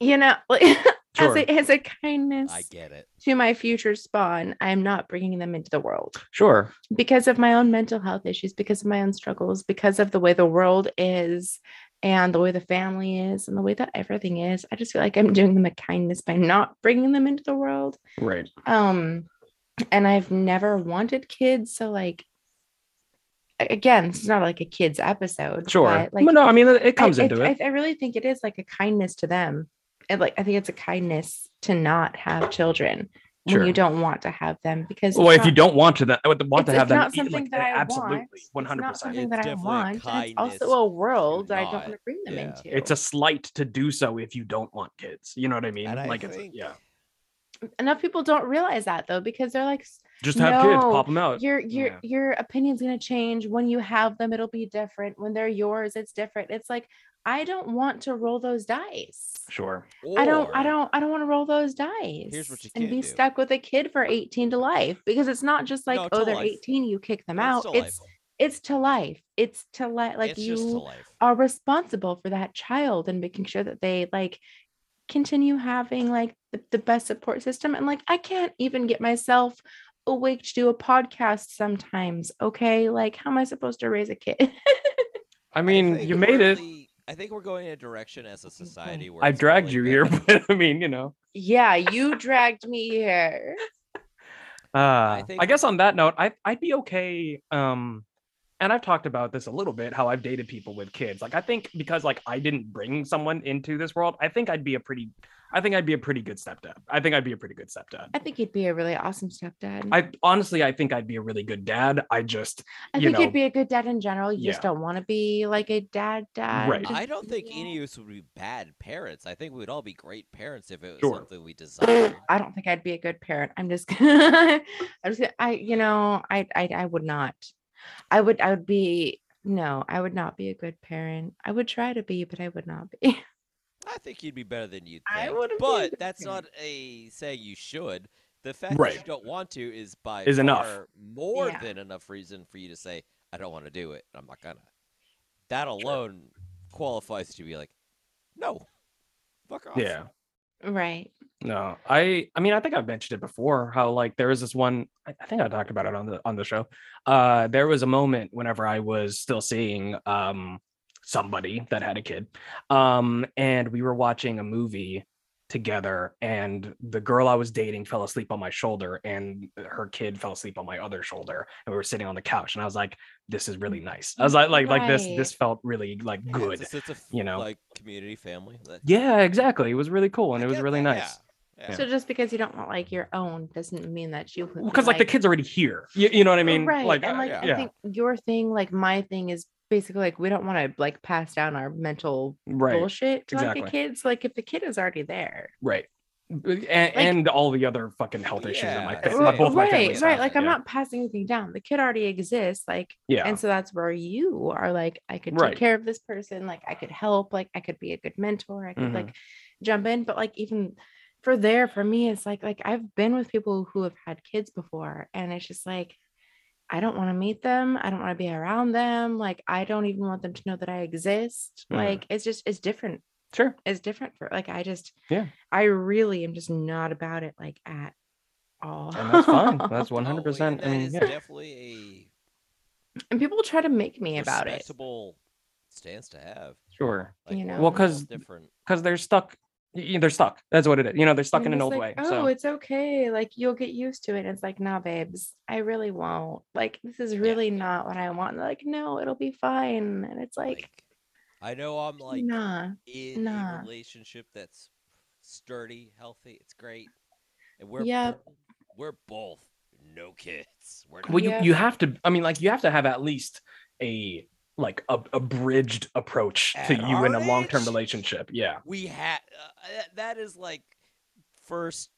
A: you know, like,
B: Sure.
A: as a as a kindness
C: I get it.
A: to my future spawn, I'm not bringing them into the world
B: Sure.
A: because of my own mental health issues, because of my own struggles, because of the way the world is and the way the family is and the way that everything is. I just feel like I'm doing them a kindness by not bringing them into the world.
B: Right.
A: Um, and I've never wanted kids, so like a- again, this is not like a kids episode.
B: Sure.
A: but,
B: Well, no, I mean, it it comes
A: I,
B: into
A: I,
B: it.
A: I, I really think it is like a kindness to them. And like I think it's a kindness to not have children
B: Sure.
A: when you don't want to have them because it's
B: well, if
A: not-
B: you don't want to that, want to
A: it's-
B: have
A: it's
B: them,
A: not
B: eat, like,
A: something that I
B: absolutely,
A: want. It's
B: one
A: not
B: hundred percent.
A: something
C: It's
A: that I
C: definitely a
A: want. and It's
C: kindness
A: also a world that I don't
C: not-
A: want to bring them
C: yeah.
A: into.
B: it's a slight to do so if you don't want kids. You know what I mean?
C: And I
B: like, it's,
C: think
B: yeah,
A: enough people don't realize that though because they're like "S-
B: just have kids,
A: No,
B: pop them out.
A: your your
B: yeah.
A: your opinion's gonna change when you have them. It'll be different when they're yours. It's different. It's like I don't want to roll those dice.
B: Sure.
A: I don't I
C: Or-
A: don't I don't want to roll those dice.
C: Here's what you
A: and
C: can
A: be
C: do.
A: stuck with a kid for 18 to life because it's not just like
C: No, to
A: oh they're
C: life.
A: 18 you kick them
C: It's
A: out.
C: to
A: It's
C: life.
A: it's to life. It's to life like
C: It's
A: you
C: just to life.
A: are responsible for that child and making sure that they like continue having like the, the best support system and like i can't even get myself awake to do a podcast sometimes okay like how am i supposed to raise a kid
B: I mean,
C: think
B: you
C: we're
B: made it.
C: really- I think we're going in a direction as a society where
B: I
C: it's kinda
B: dragged
C: like
B: you
C: that-
B: here, but I mean, you know.
A: yeah you dragged me here
B: Uh, I,
C: think-
B: guess on that note, I I'd be okay. Um, and I've talked about this a little bit how I've dated people with kids. Like, I think because like I didn't bring someone into this world, I think I'd be a pretty, I think I'd be a pretty good stepdad. I think I'd be a pretty good stepdad.
A: i think you'd be a really awesome stepdad
B: I honestly, I think I'd be a really good dad. I just,
A: I
B: you
A: think
B: know,
A: you'd be a good dad in general you just
B: yeah.
A: don't want to be like a dad dad
B: Right.
A: Just-
C: I don't think
A: yeah.
C: any of us would be bad parents. I think we would all be great parents if it was
B: Sure.
C: something we desired.
A: I don't think I'd be a good parent. I'm just, I'm just, gonna- I, you know, I, I, I would not. I would, I would be, no, I would not be a good parent. I would try to be, but I would not be.
C: I think you'd be better than you think.
A: I wouldn't be a
C: but
A: good
C: that's not
A: parent.
C: a saying you should. The fact
B: Right.
C: that you don't want to is by
B: Is enough.
C: far more
A: Yeah.
C: than enough reason for you to say, I don't want to do it. I'm not gonna. That alone qualifies to be like, no, fuck off.
B: Yeah.
A: Right.
B: No, I I mean I think I've mentioned it before how like there was this one I I think I talked about it on the on the show. Uh there was a moment whenever I was still seeing um somebody that had a kid. Um and we were watching a movie together and the girl I was dating fell asleep on my shoulder and her kid fell asleep on my other shoulder and we were sitting on the couch and I was like this is really nice. I was like like like this
A: Right.
B: this felt really like
C: Yeah,
B: good.
C: It's a, it's a f-
B: you know?
C: like community family. That-
B: Yeah, exactly. It was really cool and
C: I
B: it was
C: get
B: really
C: that,
B: nice.
C: Yeah. yeah.
A: So just because you don't want like your own doesn't mean that you would be,
B: because like, the kid's already here. You, you know what I mean?
A: right. and
B: uh,
A: like
C: yeah.
A: I think your thing, like my thing, is basically like we don't want to like pass down our mental
B: right,
A: bullshit to
B: exactly.
A: like the kids. Like if the kid is already there,
B: right, and, and all the other fucking health issues that my,
C: Yeah,
B: fa-
C: it's
B: my
C: like-
B: both my
A: right,
B: families
A: right.
B: have.
A: Like I'm
B: yeah.
A: not passing anything down. The kid already exists. Like,
B: Yeah,
A: and so that's where you are. Like I could
B: Right.
A: take care of this person. Like I could help. Like I could be a good mentor. I could
B: Mhm.
A: like jump in. But like even for there, for me, it's like like I've been with people who have had kids before, and it's just like. I don't want to meet them. I don't want to be around them. Like, I don't even want them to know that I exist.
B: Mhm.
A: Like, it's just, it's different
B: sure.
A: is different for like I just
B: Yeah.
A: I really am just not about it like at all.
B: And that's fine. That's
C: No,
B: one hundred percent.
C: Oh, and
B: I
C: that
B: mean,
C: is
B: yeah.
C: definitely
A: and people try to make
C: a
A: me about it.
C: respectable stance to have.
B: sure,
A: You
C: we're
A: know?
C: all
A: Well,
B: 'cause-
C: different.
B: because they're stuck. y- y- They're stuck. That's what it is. You know, they're stuck
A: And
B: in an
A: it's
B: old way.
A: like, Oh,
B: so
A: it's okay. Like you'll get used to it. And it's like, nah, babes, I really won't. Like this is really not what I want. And they're like, no, it'll be fine. And it's like,
C: Like, I know I'm like
A: nah.
C: in
A: nah.
C: a relationship that's sturdy, healthy. It's great, and we're
A: Yep.
C: bo- we're both no kids. We're not
B: well, you
A: Yeah.
B: you have to. I mean, like you have to have at least a like a abridged approach to
C: At
B: you
C: our
B: in a long term
C: age?
B: relationship. Yeah.
C: we had uh, that- that is like first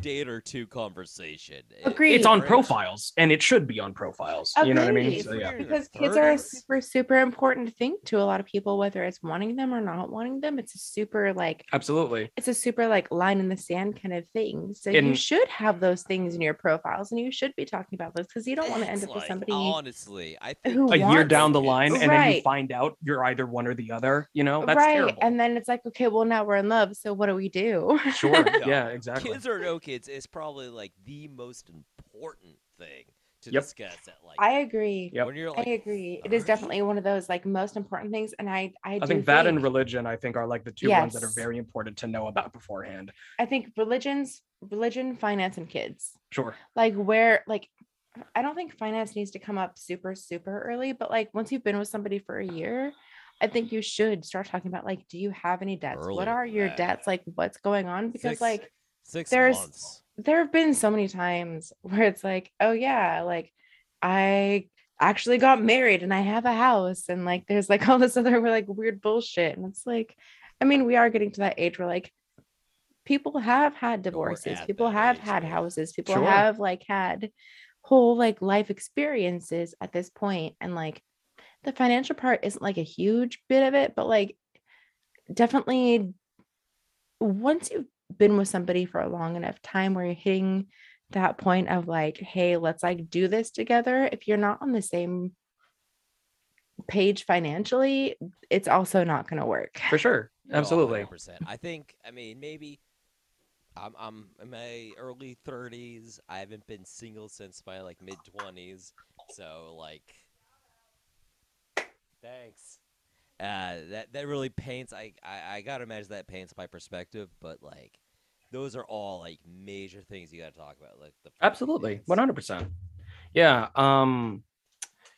C: date or two conversation. It-
A: Agreed.
B: It's on
C: we're-
B: profiles, and it should be on profiles. You know what I mean?
A: Agreed.
B: So, yeah.
C: We're in our
A: Because kids are a
C: 30s.
A: super, super important thing to a lot of people, whether it's wanting them or not wanting them. It's a super like
B: Absolutely.
A: it's a super like line in the sand kind of thing. So you
B: And-
A: should have those things in your profiles and you should be talking about those because you don't want to end
C: It's
A: up with
C: like,
A: somebody.
B: oh,
C: Honestly, I think
A: who
B: a year
A: wants
B: down
A: it.
B: the line and then you
A: Right.
B: find out you're either one or the other you know that's
A: right.
B: terrible
A: And then it's like, okay, well, now we're in love. So what do we do?
B: sure
C: Yeah.
B: yeah exactly
C: kids or no kids is probably like the most important thing to
B: Yep.
C: discuss at like
A: I agree.
B: Yep.
C: when you're
A: I
C: like
A: agree. It is
C: 30.
A: definitely one of those like most important things. And I, I,
B: i
A: do
B: think that and religion i think are like the two ones that are
A: Yes.
B: very important to know about beforehand
A: I think religions, religion, finance, and kids.
B: sure
A: like where like I don't think finance needs to come up super super early, but like once you've been with somebody for a year, I think you should start talking about like do you have any debts?
C: Earlier
A: What
C: than
A: are your
C: that.
A: debts? Like what's going on? Because
C: Six-
A: like
C: six
A: there's-
C: months.
A: there have been so many times where it's like, oh yeah, like I actually got married and I have a house and like there's like all this other like weird bullshit and it's like I mean, we are getting to that age where like people have had
C: we're
A: divorces,
C: at
A: people
C: that
A: have
C: age,
A: had
C: yeah.
A: houses, people
B: Sure.
A: have like had whole like life experiences at this point and like the financial part isn't like a huge bit of it, but like definitely once you've been with somebody for a long enough time where you're hitting that point of like hey let's like do this together if you're not on the same page financially it's also not going to work
B: for sure
C: No,
B: absolutely
C: 100%. I think. I mean, maybe. I'm I'm in my early 30s. I haven't been single since my like mid 20s. So like, thanks. Uh, that that really paints. I, I I gotta imagine that paints my perspective. But like, those are all like major things you gotta talk about. Like the fucking
B: absolutely
C: kids.
B: 100% yeah um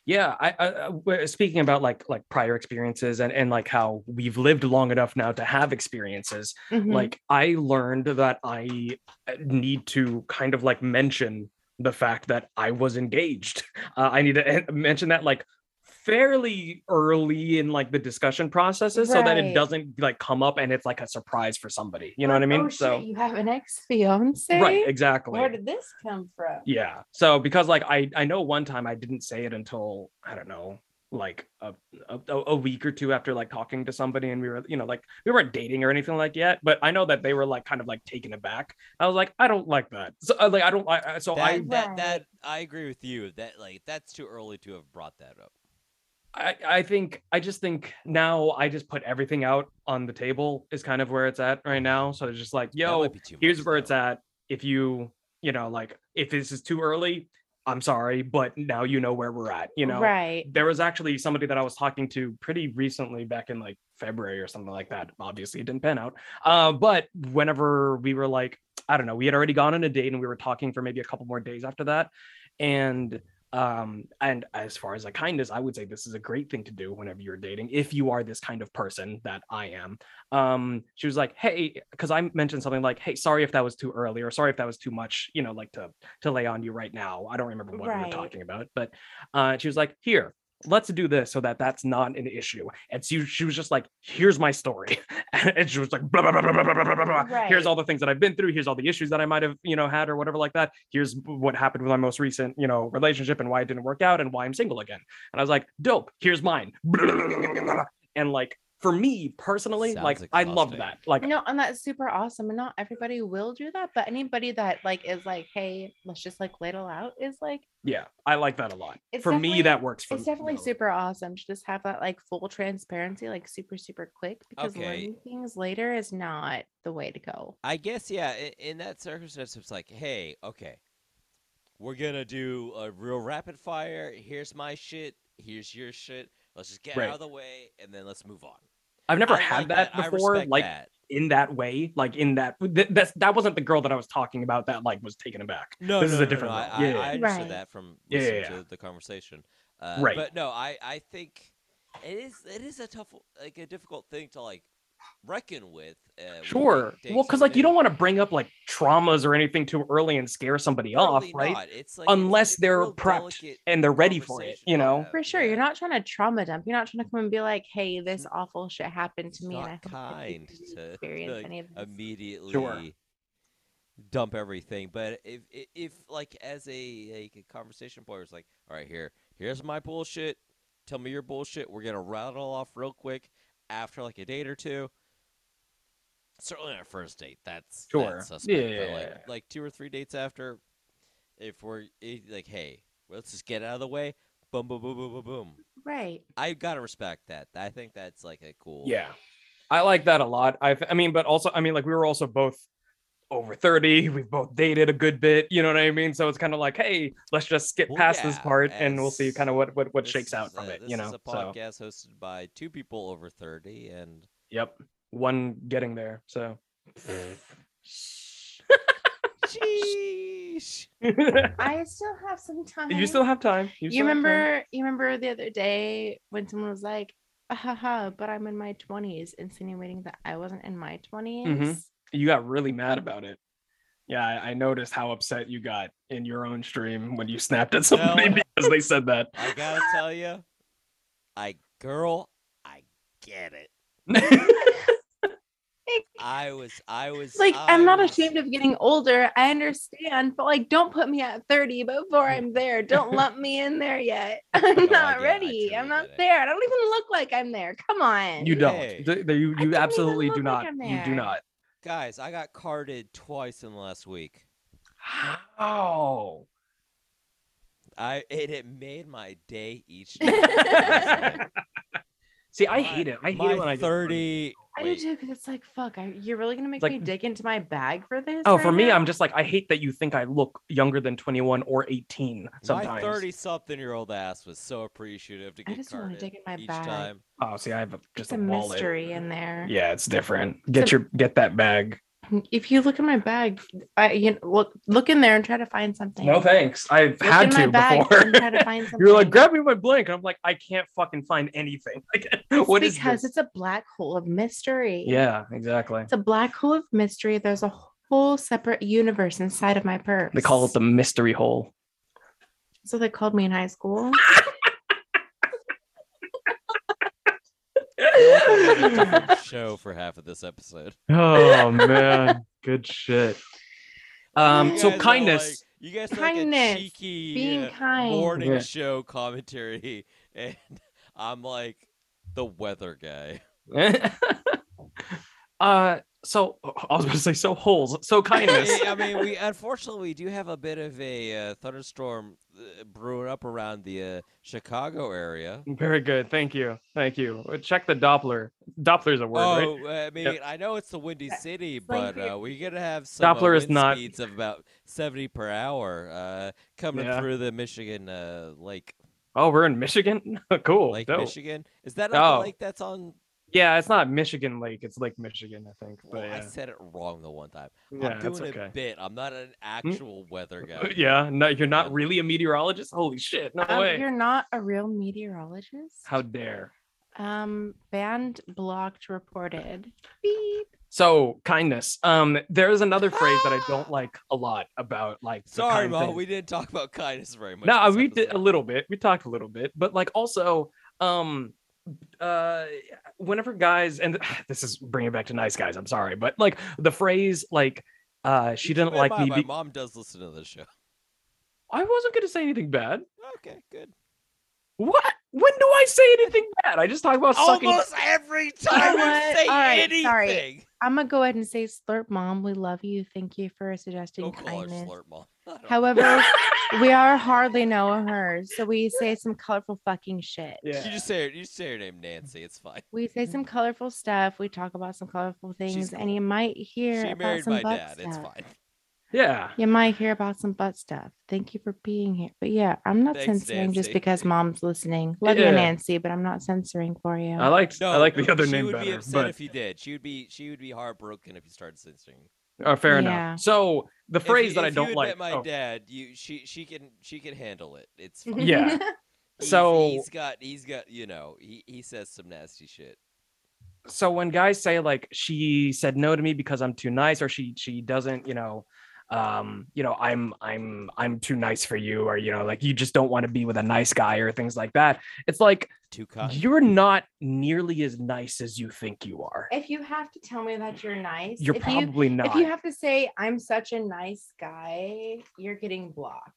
B: yeah I, I I- w- speaking about like like prior experiences and and like how we've lived long enough now to have experiences
A: Mhm.
B: like i learned that i uh, need to kind of like mention the fact that i was engaged uh, i need to en- mention that like fairly early in like the discussion processes so that it
A: Right.
B: doesn't like come up and it's like a surprise for somebody you know what i
A: Like,
B: mean
A: oh, shit,
B: so
A: you have an ex-fiance
B: right exactly
A: where did this come from
B: yeah so because like i i know one time i didn't say it until i don't know like a, a a week or two after like talking to somebody and we were you know like we weren't dating or anything like yet but i know that they were like kind of like taken aback i was like i don't like that so uh, like i don't I, I- so
C: that,
B: I,
C: that
A: Right.
C: that I agree with you. That like that's too early to have brought that up.
B: I i think i just think now i just put everything out on the table is kind of where it's at right now so it's just like
C: That
B: yo
C: might be too
B: here's
C: much,
B: where
C: though.
B: it's at if you you know like if this is too early i'm sorry but now you know where we're at you know
A: right
B: there was actually somebody that I was talking to pretty recently back in like February or something like that. Obviously, it didn't pan out. Uh, but whenever we were like, I don't know, we had already gone on a date and we were talking for maybe a couple more days after that. And um and as far as like kindness i would say this is a great thing to do whenever you're dating if you are this kind of person that i am um she was like hey because i mentioned something like hey sorry if that was too early or sorry if that was too much you know like to to lay on you right now i don't remember what we
A: Right.
B: were talking about but uh and she was like here let's do this so that that's not an issue and she, she was just like here's my story and she was like blah, blah, blah, blah, blah, blah, blah, blah, blah. here's
A: Right.
B: all the things that i've been through here's all the issues that i might have you know had or whatever like that here's what happened with my most recent you know relationship and why it didn't work out and why i'm single again and i was like dope here's mine and like for me personally
C: Sounds
B: like i love
C: exhausting.
B: that like
A: no and that's super awesome and not everybody will do that but anybody that like is like hey let's just like ladle out is like
B: yeah i like that a lot
A: It's
B: for me
A: definitely-
B: that works for
A: it's definitely
B: me.
A: super awesome to just have that like full transparency like super super quick because
C: Okay.
A: learning things later is not the way to go
C: I guess yeah. In, in that circumstance, it's like, hey, okay, we're gonna do a real rapid fire. Here's my shit. Here's your shit. Let's just get
B: Right.
C: out of the way and then let's move on.
B: i've never
C: I
B: had
C: like
B: that,
C: I
B: before
C: respect
B: like
C: that.
B: in that way like in that th- that's that wasn't the girl that i was talking about that like was taken aback
C: No,
B: this
C: no,
B: is
C: no,
B: a
C: no,
B: different
C: no,
B: one.
C: I, I-
B: Yeah.
C: I understood
A: Right.
C: that from
B: Yeah, yeah,
C: listening
B: yeah.
C: to the conversation. Uh,
B: Right.
C: But no, I, I think it is it is a tough like a difficult thing to like reckon with. Uh, when, like,
B: Sure.
C: dating
B: Well, because like you don't
C: somebody.
B: want to bring up like traumas or anything too early and scare somebody off,
C: Probably
B: right?
C: not. It's like it's,
B: Unless
C: it's a
B: they're
C: real
B: prepped
C: delicate
B: And they're ready for it, you
C: conversation.
B: know?
A: for sure
C: Uh, Yeah.
A: you're not trying to trauma dump you're not trying to come and be like hey this awful shit happened
C: It's
A: to me and
C: not
A: i hope that you
C: kind
A: didn't
C: to- to,
A: experience
C: like,
A: any of this
C: immediately dump everything. But if i- if like as a like a conversation point, it's like, all right, here, here's my bullshit. Tell me your bullshit. We're gonna rattle off real quick after like a date or two. Certainly on our first date, that's
B: Sure.
C: That's suspect,
B: Yeah,
C: but,
B: yeah,
C: like
B: yeah.
C: like two or three dates after, if we're i- like, hey, let's just get out of the way. Boom, boom, boom, boom, boom, boom.
A: right
C: I gotta respect that. I think that's like a cool.
B: Yeah. I like that a lot. I I mean, but also I mean, like we were also both over 30. We've both dated a good bit, you know what I mean? So it's kind of like, hey, let's just get
C: Well,
B: past this
C: yeah,
B: part and we'll see
C: as-
B: kind of what what what
C: This
B: shakes out
C: is
B: from
C: a-
B: it,
C: This
B: you know.
C: is a
B: so
C: podcast hosted by two people over thirty, and
B: yep. One getting there. So
C: sheesh.
B: you
A: i still have some time
B: still have time.
A: you
B: still have time.
A: remember you remember the other day when someone was like "Ah, ha ha but i'm in my 20s insinuating that i wasn't in my
B: Mm-hmm.
A: 20s
B: you got really mad about it. Yeah, I, I noticed how upset you got in your own stream when you snapped at somebody
C: No.
B: because they said that.
C: I gotta tell you, I girl, I get it. I was, I was
A: It's like I'm not
C: I was-
A: ashamed of getting older. I understand, but like don't put me at 30 before
B: Mm.
A: I'm there. Don't lump me in there yet. I'm
C: I
A: not
C: get it. I
A: ready.
C: truly
A: I'm not
C: get it.
A: there. I don't even look like I'm there. Come on.
B: you don't.
C: Hey.
B: Th- th-
A: I
B: you you
A: didn't
B: absolutely
A: even
B: do
A: look like
B: not.
A: I'm
B: You do
A: there.
B: not.
C: guys. I got carded twice in the last week.
B: How?
C: I and it made my day each day. honestly.
B: See, I
C: My-
B: hate it. I hate
C: my
B: it when I get carded.
C: thirty.
A: I do
C: wait,
A: too because it's like fuck. I, you're really gonna make
B: like-
A: me dig into my bag for this?
B: Oh,
A: right
B: for me,
A: now?
B: I'm just like I hate that you think I look younger than 21 or 18
C: My
B: sometimes.
C: thirty-something-year-old ass was so appreciative to
A: I
C: get
A: just want
C: carded
A: to dig in my
C: each
A: bag.
C: time.
B: Oh, see, I have a,
A: It's
B: just a,
A: a
B: wallet.
A: mystery in there.
B: Yeah, it's different. Get your get that bag.
A: If you look in my bag, I you know, look look in there and try to find something.
B: No thanks.
A: Look
B: I've had
A: in my
B: to
A: bag
B: before.
A: and try to find something.
B: You're like, grab me my blank. I'm like, I can't fucking find anything. Like,
A: It's
B: what is
A: because
B: this?
A: it's a black hole of mystery.
B: Yeah, exactly.
A: It's a black hole of mystery. There's a whole separate universe inside of my purse.
B: They call it the mystery hole.
A: So they called me in high school.
C: feel like I'm on a different show for half of this episode.
B: oh man, good shit. Um,
C: You
B: so
C: guys are
B: kindness.
C: like- you guys are like a
A: Kindness,
C: cheeky
A: Being
C: uh,
A: kind.
B: more-
C: morning
B: Yeah.
C: show commentary, and I'm like the weather guy.
B: uh, so I was going to say so holes, so kindness.
C: I mean, we unfortunately we do have a bit of a uh, thunderstorm uh, brewing up around the uh, Chicago area.
B: Very good, thank you, thank you. Uh, Check the Doppler. Doppler's a word, right?
C: oh, uh, I mean, I know it's the windy city, but uh, we're gonna have some
B: Doppler
C: uh,
B: is
C: wind
B: not-
C: speeds of about seventy per hour uh, coming
B: Yeah.
C: through the Michigan uh, lake,
B: Oh, we're in Michigan. cool.
C: Lake
B: dope.
C: Michigan. Is that not
B: Oh.
C: the lake that's on?
B: Yeah, it's not Michigan Lake. It's Lake Michigan, I think. But
C: Well, I
B: Oh, yeah,
C: said it wrong the one time.
B: yeah
C: I'm
B: that's
C: doing a
B: okay. Hmm?
C: bit. I'm not an actual weather guy.
B: Uh, Yeah, no, you're not
C: Yeah.
B: really a meteorologist. Holy shit! No
A: Um,
B: way.
A: you're not a real meteorologist.
B: How dare.
A: Um, banned, blocked, reported. Beep.
B: So kindness. Um, there is another phrase that I don't like a lot about like. the
C: Sorry,
B: kind
C: Mo.
B: thing.
C: We didn't talk about kindness very much.
B: no
C: this
B: we did a
C: episode.
B: little bit we talked a little bit but like also um uh whenever guys and this is bringing it back to nice guys i'm sorry but like the phrase like uh she
C: Keep
B: didn't
C: in
B: like
C: mind,
B: me
C: My
B: be-
C: mom does listen to the show.
B: i wasn't gonna say anything bad
C: Okay, good.
B: what when do i say anything bad i just talk about sucking
C: Almost every time you
A: what?
C: say
A: All right,
C: anything.
A: sorry. I'm gonna go ahead and say, "Slurp, mom, we love you. Thank you for suggesting
C: Don't call her
A: kindness."
C: Oh slurp, mom. I don't-
A: However, we are hardly know her, so we say some colorful fucking shit.
C: You just say her, you say her name Nancy. It's fine.
A: We say
C: Mm-hmm.
A: some colorful stuff. We talk about some colorful things,
C: cool.
A: and you might hear
C: She
A: about
C: married
A: some
C: my
A: butt
C: dad.
A: stuff.
C: It's fine.
B: yeah
A: You might hear about some butt stuff. Thank you for being here. But yeah, I'm not
C: Thanks,
A: censoring just
C: Nancy.
A: because mom's listening. Love you,
B: Yeah.
A: Nancy, but I'm not censoring for you.
B: i liked
C: No,
B: i like the
C: no,
B: other
C: she
B: name
C: would be
B: better
C: upset
B: but
C: if you did. She would be she would be heartbroken if you started censoring.
B: uh, fair
A: Yeah.
B: enough so the
C: If
B: phrase
C: you-
B: that i
C: if
B: don't
C: you
B: like
C: admit My
B: oh,
C: dad, you she she can she can handle it. It's fine.
B: yeah.
C: He's-
B: so
C: he's got he's got you know he he says some nasty shit.
B: so when guys say like she said no to me because I'm too nice or she she doesn't, you know, um, you know, I'm I'm I'm too nice for you or you know, like you just don't want to be with a nice guy or things like that. It's like
C: Too kind.
B: you're not nearly as nice as you think you are.
A: if you have to tell me that you're nice,
B: You're
A: if you
B: probably not.
A: if you have to say I'm such a nice guy, you're getting blocked.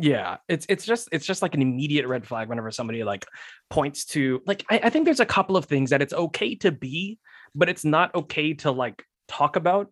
B: yeah it's it's just it's just like an immediate red flag whenever somebody like points to like I, I think there's a couple of things that it's okay to be but it's not okay to like talk about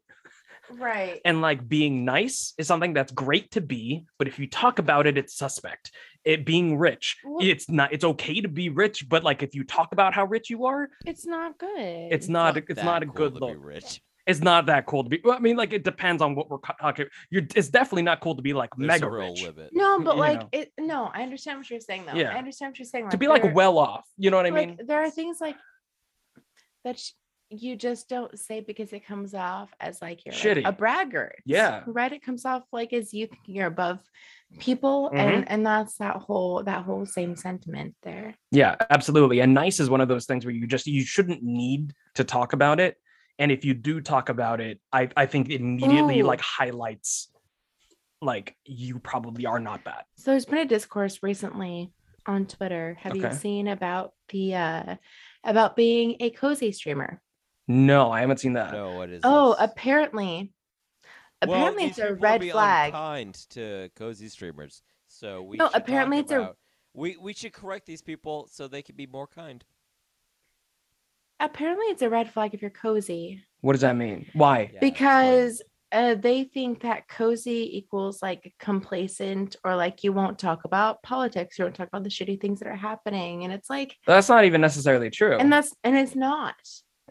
A: Right.
B: and like being nice is something that's great to be but if you talk about it it's suspect it being rich
A: Well-
B: it's not it's okay to be rich but like if you talk about how rich you are
A: it's not good.
B: it's not it's
C: that
B: not a
C: cool
B: good
C: to be
B: look
C: rich.
B: it's not that cool to be well, i mean like it depends on what we're co- talking you're it's definitely not cool to be like
C: There's
B: mega
C: a real
B: rich
C: limit.
A: no, but
B: you
A: like
B: know.
A: it no, I understand what you're saying though.
B: Yeah.
A: I understand what you're saying.
B: to be like
A: there-
B: well off you know what i
A: like,
B: mean
A: there are things like that sh- you just don't say because it comes off as like you're like, a
B: Shitty.
A: braggart.
B: Yeah.
A: Right. It comes off like as you think you're above people.
B: Mm-hmm.
A: And and that's that whole that whole same sentiment there.
B: Yeah, absolutely. And nice is one of those things where you just you shouldn't need to talk about it. And if you do talk about it, I I think it immediately
A: Ooh.
B: like highlights like you probably are not that.
A: So there's been a discourse recently on Twitter. Have you
B: Okay.
A: seen about the uh about being a cozy streamer?
B: No, I haven't seen that.
C: No, what is
A: Oh,
C: this?
A: apparently.
C: Well,
A: Apparently it's
C: these
A: a
C: people
A: red
C: be
A: flag.
C: Unkind to cozy streamers, so we
A: No,
C: should talk
A: apparently it's a-
C: about- We we should correct these people so they can be more kind.
A: Apparently it's a red flag if you're cozy.
B: What does that mean? Why?
C: Yeah, explain.
A: because uh, they think that cozy equals like complacent or like you won't talk about politics you won't talk about the shitty things that are happening and it's like
B: That's not even necessarily true.
A: and that's and it's not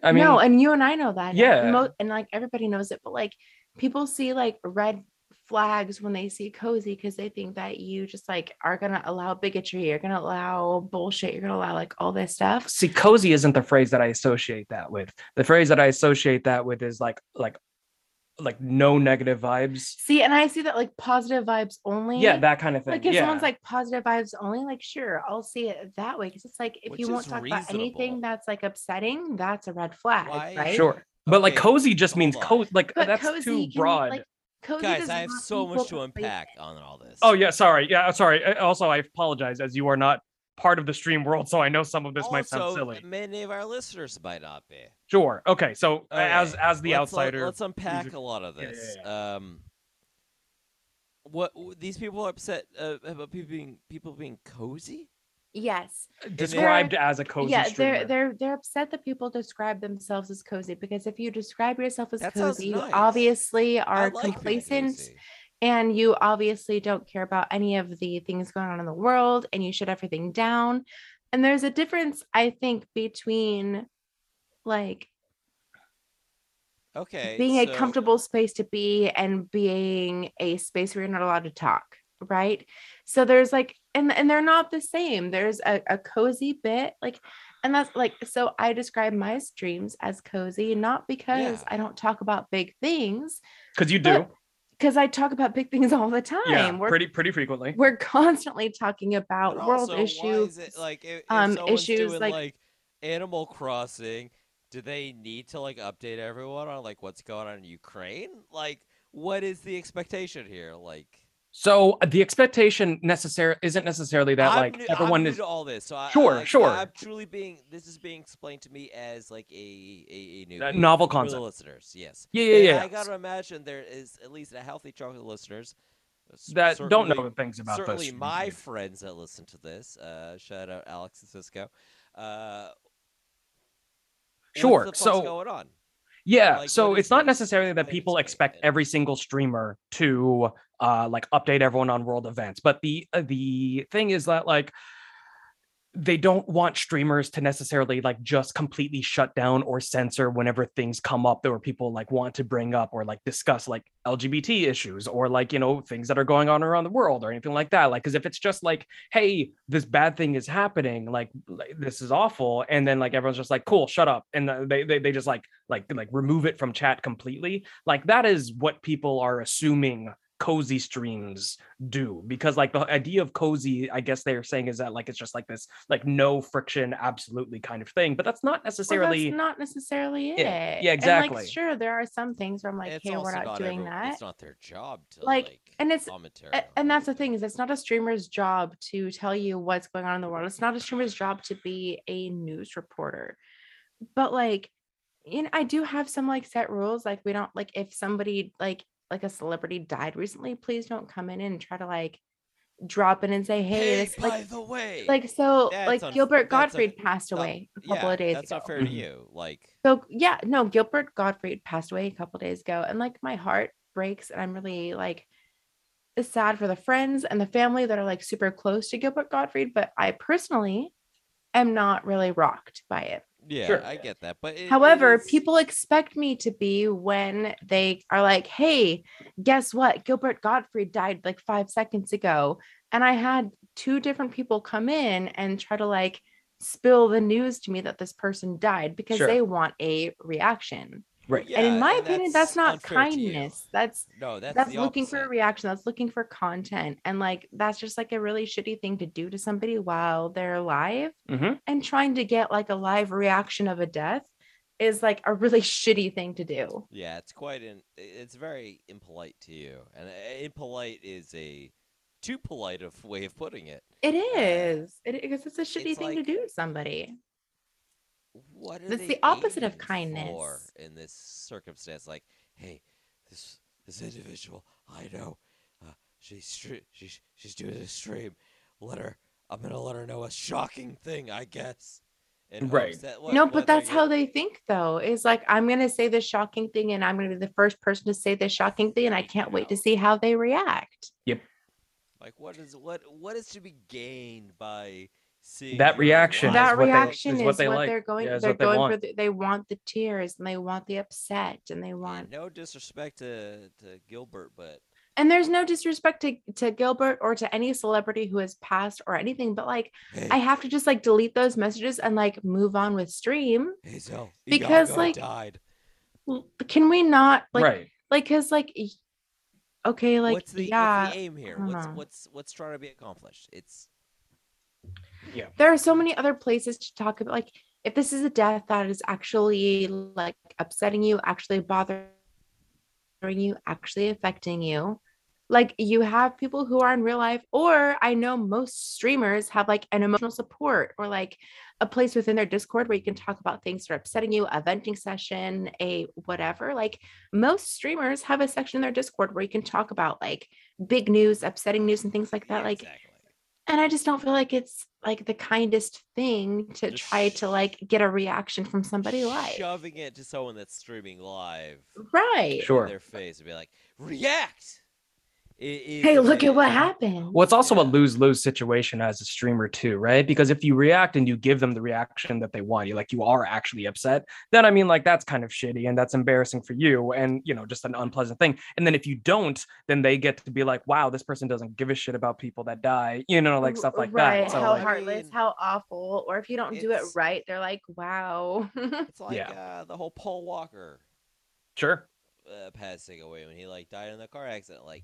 B: I mean,
A: no and you and i know that and
B: Yeah.
A: mo- and like everybody knows it but like people see like red flags when they see cozy because they think that you just like are gonna allow bigotry you're gonna allow bullshit you're gonna allow like all this stuff
B: see cozy isn't the phrase that I associate that with. The phrase that I associate that with is like like like no negative vibes.
A: see and i see that like positive vibes only
B: Yeah, that kind of thing.
A: Like if
B: yeah.
A: someone's like positive vibes only, like sure, I'll see it that way. Because it's like if
C: Which
A: you won't
C: is
A: talk about anything
C: reasonable.
A: that's like upsetting, that's a red flag,
C: Why-
A: right?
B: sure. But like
C: Okay,
B: cozy just means
C: hold on.
B: cozy like
A: But
B: that's
A: cozy
B: too
A: can-
B: broad.
A: like, cozy
C: Guys,
A: does
C: I have
A: not
C: so much to
A: equal
C: unpack on all this.
B: Oh yeah, sorry. Yeah, sorry. Uh, Also, I apologize as you are not part of the stream world, so I know some of this might sound
C: Also,
B: silly.
C: Many of our listeners might not be.
B: Sure. Okay. So uh, as
C: Okay,
B: as the
C: Oh, let's un-
B: outsider,
C: let's unpack
B: user-
C: a lot of
B: Yeah, yeah,
C: this. Um, uh, what w- these people are upset uh, about people being people being cozy?
A: Yes.
B: Described as a cozy
A: yeah,
B: streamer.
A: they're they're they're upset that people describe themselves as cozy because if you describe yourself as
C: That sounds
A: cozy, you
C: nice.
A: obviously
C: I
A: are
C: like being
A: complacent
C: cozy.
A: and you obviously don't care about any of the things going on in the world and you shut everything down. And there's a difference, I think, between like
C: Okay.
A: being a
C: so-
A: comfortable space to be and being a space where you're not allowed to talk right so there's like and and they're not the same there's a, a cozy bit like and that's like so i describe my streams as cozy not because
C: Yeah.
A: i don't talk about big things
B: Because you do.
A: but because i talk about big things all the time
B: Yeah.
A: we're
B: Pretty pretty frequently.
A: we're constantly talking
C: But
A: about world
C: also, Why
A: issues
C: is it like if, if
A: um,
C: someone's
A: issues,
C: doing like,
A: like-
C: Animal Crossing? Do they need to like update everyone on like what's going on in Ukraine? Like, what is the expectation here? Like,
B: So uh, the expectation necessary isn't necessarily that
C: I'm
B: like
C: new- I'm
B: everyone
C: new
B: is
C: to all this. So I,
B: Sure,
C: I, like,
B: sure.
C: I'm truly being this is being explained to me as like a a, a new
B: a novel
C: for the
B: concept.
C: listeners. Yes.
B: Yeah, yeah,
C: And
B: yeah.
C: I gotta imagine there is at least a healthy chunk of listeners uh, s-
B: that don't
C: certainly-
B: know things about
C: certainly
B: those.
C: my friends that listen to this uh shout out alex and cisco uh
B: Sure,
C: what's the fuck's
B: so-
C: going on
B: Yeah,
C: Like,
B: so
C: what is
B: it's not
C: this?
B: necessarily that
C: Why
B: people
C: explain
B: expect
C: it?
B: every single streamer to uh like update everyone on world events, but the uh, the thing is that like they don't want streamers to necessarily like just completely shut down or censor whenever things come up that where people like want to bring up or like discuss like LGBT issues or like you know things that are going on around the world or anything like that like cuz if it's just like hey this bad thing is happening like, like, this is awful and then like everyone's just like cool shut up and uh, they they, they just like like like remove it from chat completely like that is what people are assuming cozy streams do because like the idea of cozy i guess they're saying is that like it's just like this like no friction absolutely kind of thing but that's not
A: Well,
B: necessarily
A: that's not necessarily it.
B: Yeah, yeah,
A: And
B: exactly.
A: like, sure, there are some things where I'm like,
C: it's
A: hey, we're
C: also
A: not, doing
C: everyone-
A: that.
C: it's not their job to like,
A: Like, and it's-
C: commentary
A: A-
C: on
A: and that's the
C: everything.
A: thing is it's not a streamer's job to tell you what's going on in the world it's not a streamer's job to be a news reporter but like you know i do have some like set rules like we don't like if somebody like like a celebrity died recently please don't come in and try to like drop in and say hey,
C: hey
A: this
C: by
A: like
C: the way
A: like so
C: that's
A: like
C: unf-
A: gilbert
C: that's un-
A: gottfried passed
C: not-
A: away a
C: yeah,
A: couple of days
C: that's
A: ago
C: not fair to
B: Mhm.
C: you like
A: so yeah, no, Gilbert Gottfried passed away a couple days ago, and like my heart breaks, and I'm really like sad for the friends and the family that are like super close to Gilbert Gottfried, but I personally am not really rocked by it.
C: yeah
B: Sure.
C: i get that but it- it
A: However,
C: is-
A: people expect me to be when they are like, "Hey, guess what? Gilbert Gottfried died like 5 seconds ago." And I had two different people come in and try to like spill the news to me that this person died because
B: Sure.
A: they want a reaction
B: Right.
A: and
C: Yeah,
A: in my opinion that's, not
C: unfair to you.
A: kindness that's
C: no that's,
A: that's,
C: the
A: looking for a
C: opposite.
A: reaction that's looking for content and like that's just like a really shitty thing to do to somebody while they're alive
B: Mhm.
A: and trying to get like a live reaction of a death is like a really shitty thing to do
C: Yeah, it's quite in. i- It's very impolite to you, and uh, impolite is a too polite of way of putting it.
A: it is it because it's a shitty
C: it's
A: thing to
C: like-
A: do to somebody
C: What are
A: That's
C: they
A: the opposite of
C: aiming
A: kindness.
C: for in this circumstance? Like, hey, this this individual I know, uh, she's stre- she's she's doing a stream. Let her. I'm gonna let her know a shocking thing, I guess. in hopes
B: Right.
C: that-
A: no
C: what- what
A: but that's
C: they're
A: how
C: gonna-
A: they think though is like i'm gonna say this shocking thing and i'm gonna be the first person to say this shocking thing and i can't wait to see how they react
C: like. What is what what is to be gained by seeing
B: That
C: your
B: reaction is
C: live
A: that
B: what they-
A: reaction
B: is
A: is
B: what
A: what,
B: they
A: they
B: like.
A: are going
B: Yeah, is
A: they're
B: what they
A: going for
B: want.
A: the, they want the tears and they want the upset and they
C: Yeah,
A: want
C: no disrespect to, to Gilbert, but
A: and there's no disrespect to, to gilbert or to any celebrity who has passed or anything but like i have to just like delete those messages and like move on with stream
C: Hazel,
A: Because, like-
C: died.
A: L- can we not like
B: right.
A: like because like y- okay like
C: what's the,
A: yeah uh-huh."
C: what's the aim here?
A: I
C: What's
A: dunno.
C: what's what's trying to be accomplished? It's
A: there are so many other places to talk about like if this is a death that is actually like upsetting you actually bothering you actually affecting you like you have people who are in real life or i know most streamers have like an emotional support or like a place within their discord where you can talk about things that are upsetting you a venting session a whatever like most streamers have a section in their discord where you can talk about like big news upsetting news and things like that
C: yeah,
A: like
C: exactly.
A: And I just don't feel like it's like the kindest thing to
C: Just
A: try to like get a reaction from somebody like
C: shoving it to someone that's streaming live
A: right.
B: Sure.
C: in their face and be like, react. I- is
A: Hey,
C: the
A: look
C: thing."
A: at what happened.
B: Well, it's also a
C: Yeah.
B: lose lose situation as a streamer too, right? Because if you react and you give them the reaction that they want, you like you are actually upset. Then I mean, like that's kind of shitty and that's embarrassing for you, and you know, just an unpleasant thing. And then if you don't, then they get to be like, "Wow, this person doesn't give a shit about people that die," you know, like stuff like
A: right.
B: that. So
A: how
C: I
B: like,
A: heartless,
C: mean,
A: how awful. Or if you don't do it
C: it's-
A: right, they're like, wow.
C: It's like
B: Yeah.
C: uh, the whole Paul Walker
B: sure,
C: uh, passing away when he like died in the car accident. Like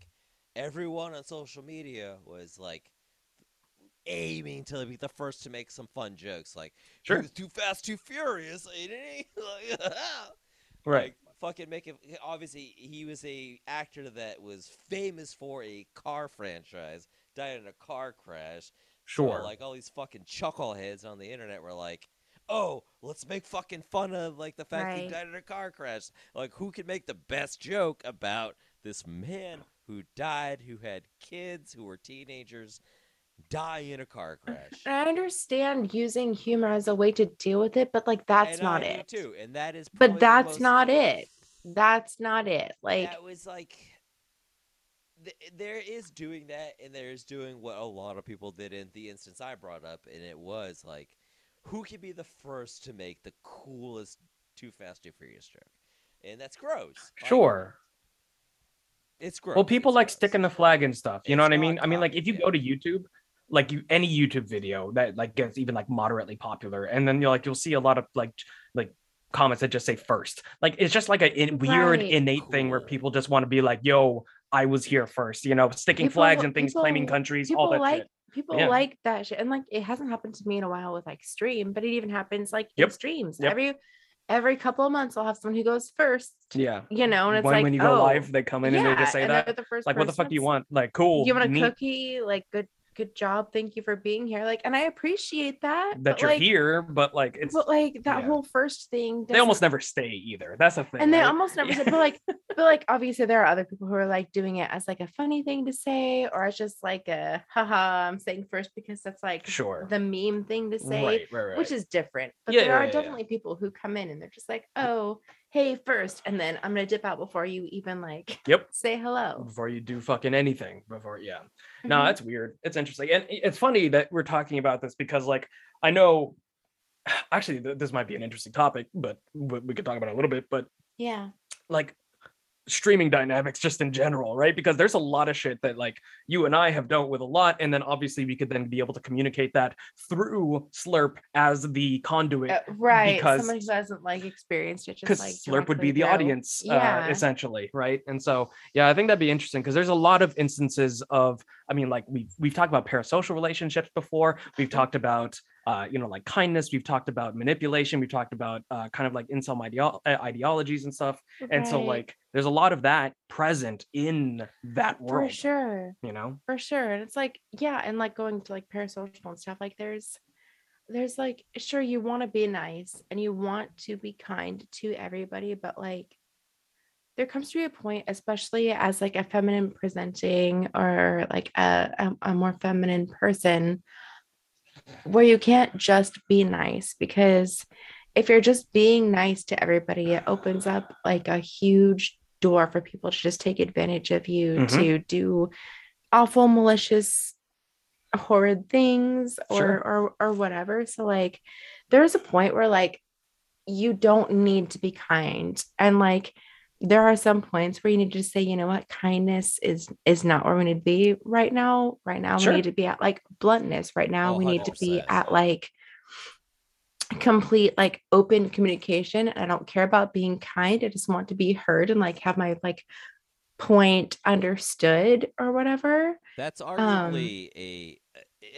C: everyone on social media was like aiming to be the first to make some fun jokes, like
B: Sure.
C: "He was too fast, too furious, ain't he?" like, ah.
B: right,
C: like, fucking make it. Obviously, he was a actor that was famous for a car franchise. Died in a car crash. So,
B: sure.
C: like all these fucking chuckleheads on the internet were like, "Oh, let's make fucking fun of like the fact he
A: Right.
C: died in a car crash. Like, who can make the best joke about this man who died, who had kids, who were teenagers, die in a car crash?"
A: I understand using humor as a way to deal with it, but like that's
C: And
A: not
C: I do
A: it.
C: too, and that is. probably
A: But
C: the
A: that's
C: most-
A: not it. That's not it. Like
C: that was like th- there is doing that and there is doing what a lot of people did in the instance i brought up and it was like who can be the first to make the coolest too fast too furious joke and that's gross Like,
B: Sure.
C: it's gross
B: Well, people
C: it's
B: like
C: gross.
B: sticking the flag and stuff. You know
C: It's
B: what I
C: not
B: mean? I mean, like if you
C: comedy,
B: go to YouTube, like you any YouTube video that like gets even like moderately popular, and then you're like you'll see a lot of like like comments that just say first. Like it's just like a in, weird
A: Right.
B: innate thing where
C: Cool.
B: people just want to be like, "Yo, I was here first, You know, sticking
A: People-
B: flags and things, claiming
A: people-
B: countries, all
A: people
B: that
A: like
B: shit.
A: people
B: Yeah.
A: like that shit and like it hasn't happened to me in a while with like stream but it even happens like in
B: Yep.
A: streams
B: Yep.
A: every every couple of months i'll have someone who goes first
B: Yeah.
A: you know and it's
B: when,
A: like
B: when you go
A: oh,
B: live, they come in and they
A: yeah,
B: just say
A: and
B: that.
A: they're the first
B: Like, what the fuck
A: person.
B: do you
A: It's-
B: want? Like, cool.
A: you want a
B: neat
A: cookie like good good job thank you for being here like and i appreciate that
B: that
A: but,
B: you're
A: like,
B: here, but like it's
A: but like that
B: yeah.
A: whole first thing
B: they almost
A: doesn't-
B: never stay either. That's a thing.
A: and they
B: right?
A: almost never
B: Yeah.
A: said but like but like obviously there are other people who are like doing it as like a funny thing to say or it's just like a haha i'm saying first because that's like
B: sure.
A: the meme thing to say,
B: Right, right, right.
A: which is different. But
B: Yeah,
A: there
B: yeah,
A: are
B: yeah, yeah.
A: definitely people who come in and they're just like, oh, hey, first, and then I'm gonna dip out before you even like
B: Yep.
A: say hello.
B: before you do fucking anything before yeah no
A: Mhm.
B: that's weird it's interesting and i- it's funny that we're talking about this because like i know actually th- this might be an interesting topic but w- we could talk about it a little bit but
A: yeah,
B: like streaming dynamics just in general right because there's a lot of shit that like you and i have dealt with a lot and then obviously we could then be able to communicate that through slurp as the conduit
A: Uh, right.
B: because-
A: Someone who hasn't like experienced it,
B: because
A: just like
B: slurp would
A: directly
B: be the
A: through.
B: audience
A: Yeah.
B: uh, essentially right and so yeah i think that'd be interesting because there's a lot of instances of i mean like we've, we've talked about parasocial relationships before we've talked about uh, you know like kindness we've talked about manipulation we've talked about uh, kind of like incel ideo- uh, ideologies and stuff and so
A: Right.
B: like there's a lot of that present in that
A: for
B: world
A: sure.
B: you know
A: for sure and it's like yeah and like going to like parasocial and stuff like there's there's like sure you want to be nice and you want to be kind to everybody but like there comes to be a point especially as like a feminine presenting or like a, a, a more feminine person where you can't just be nice because if you're just being nice to everybody it opens up like a huge door for people to just take advantage of you
B: Mhm.
A: to do awful malicious horrid things or
B: Sure.
A: or or whatever so like there's a point where like you don't need to be kind and like there are some points where you need to just say you know what kindness is is not where we need to be right now right now
B: Sure.
A: we need to be at like bluntness right now we need to be
C: 100%.
A: at like complete like open communication i don't care about being kind i just want to be heard and like have my like point understood or whatever
C: That's
B: Um,
C: arguably a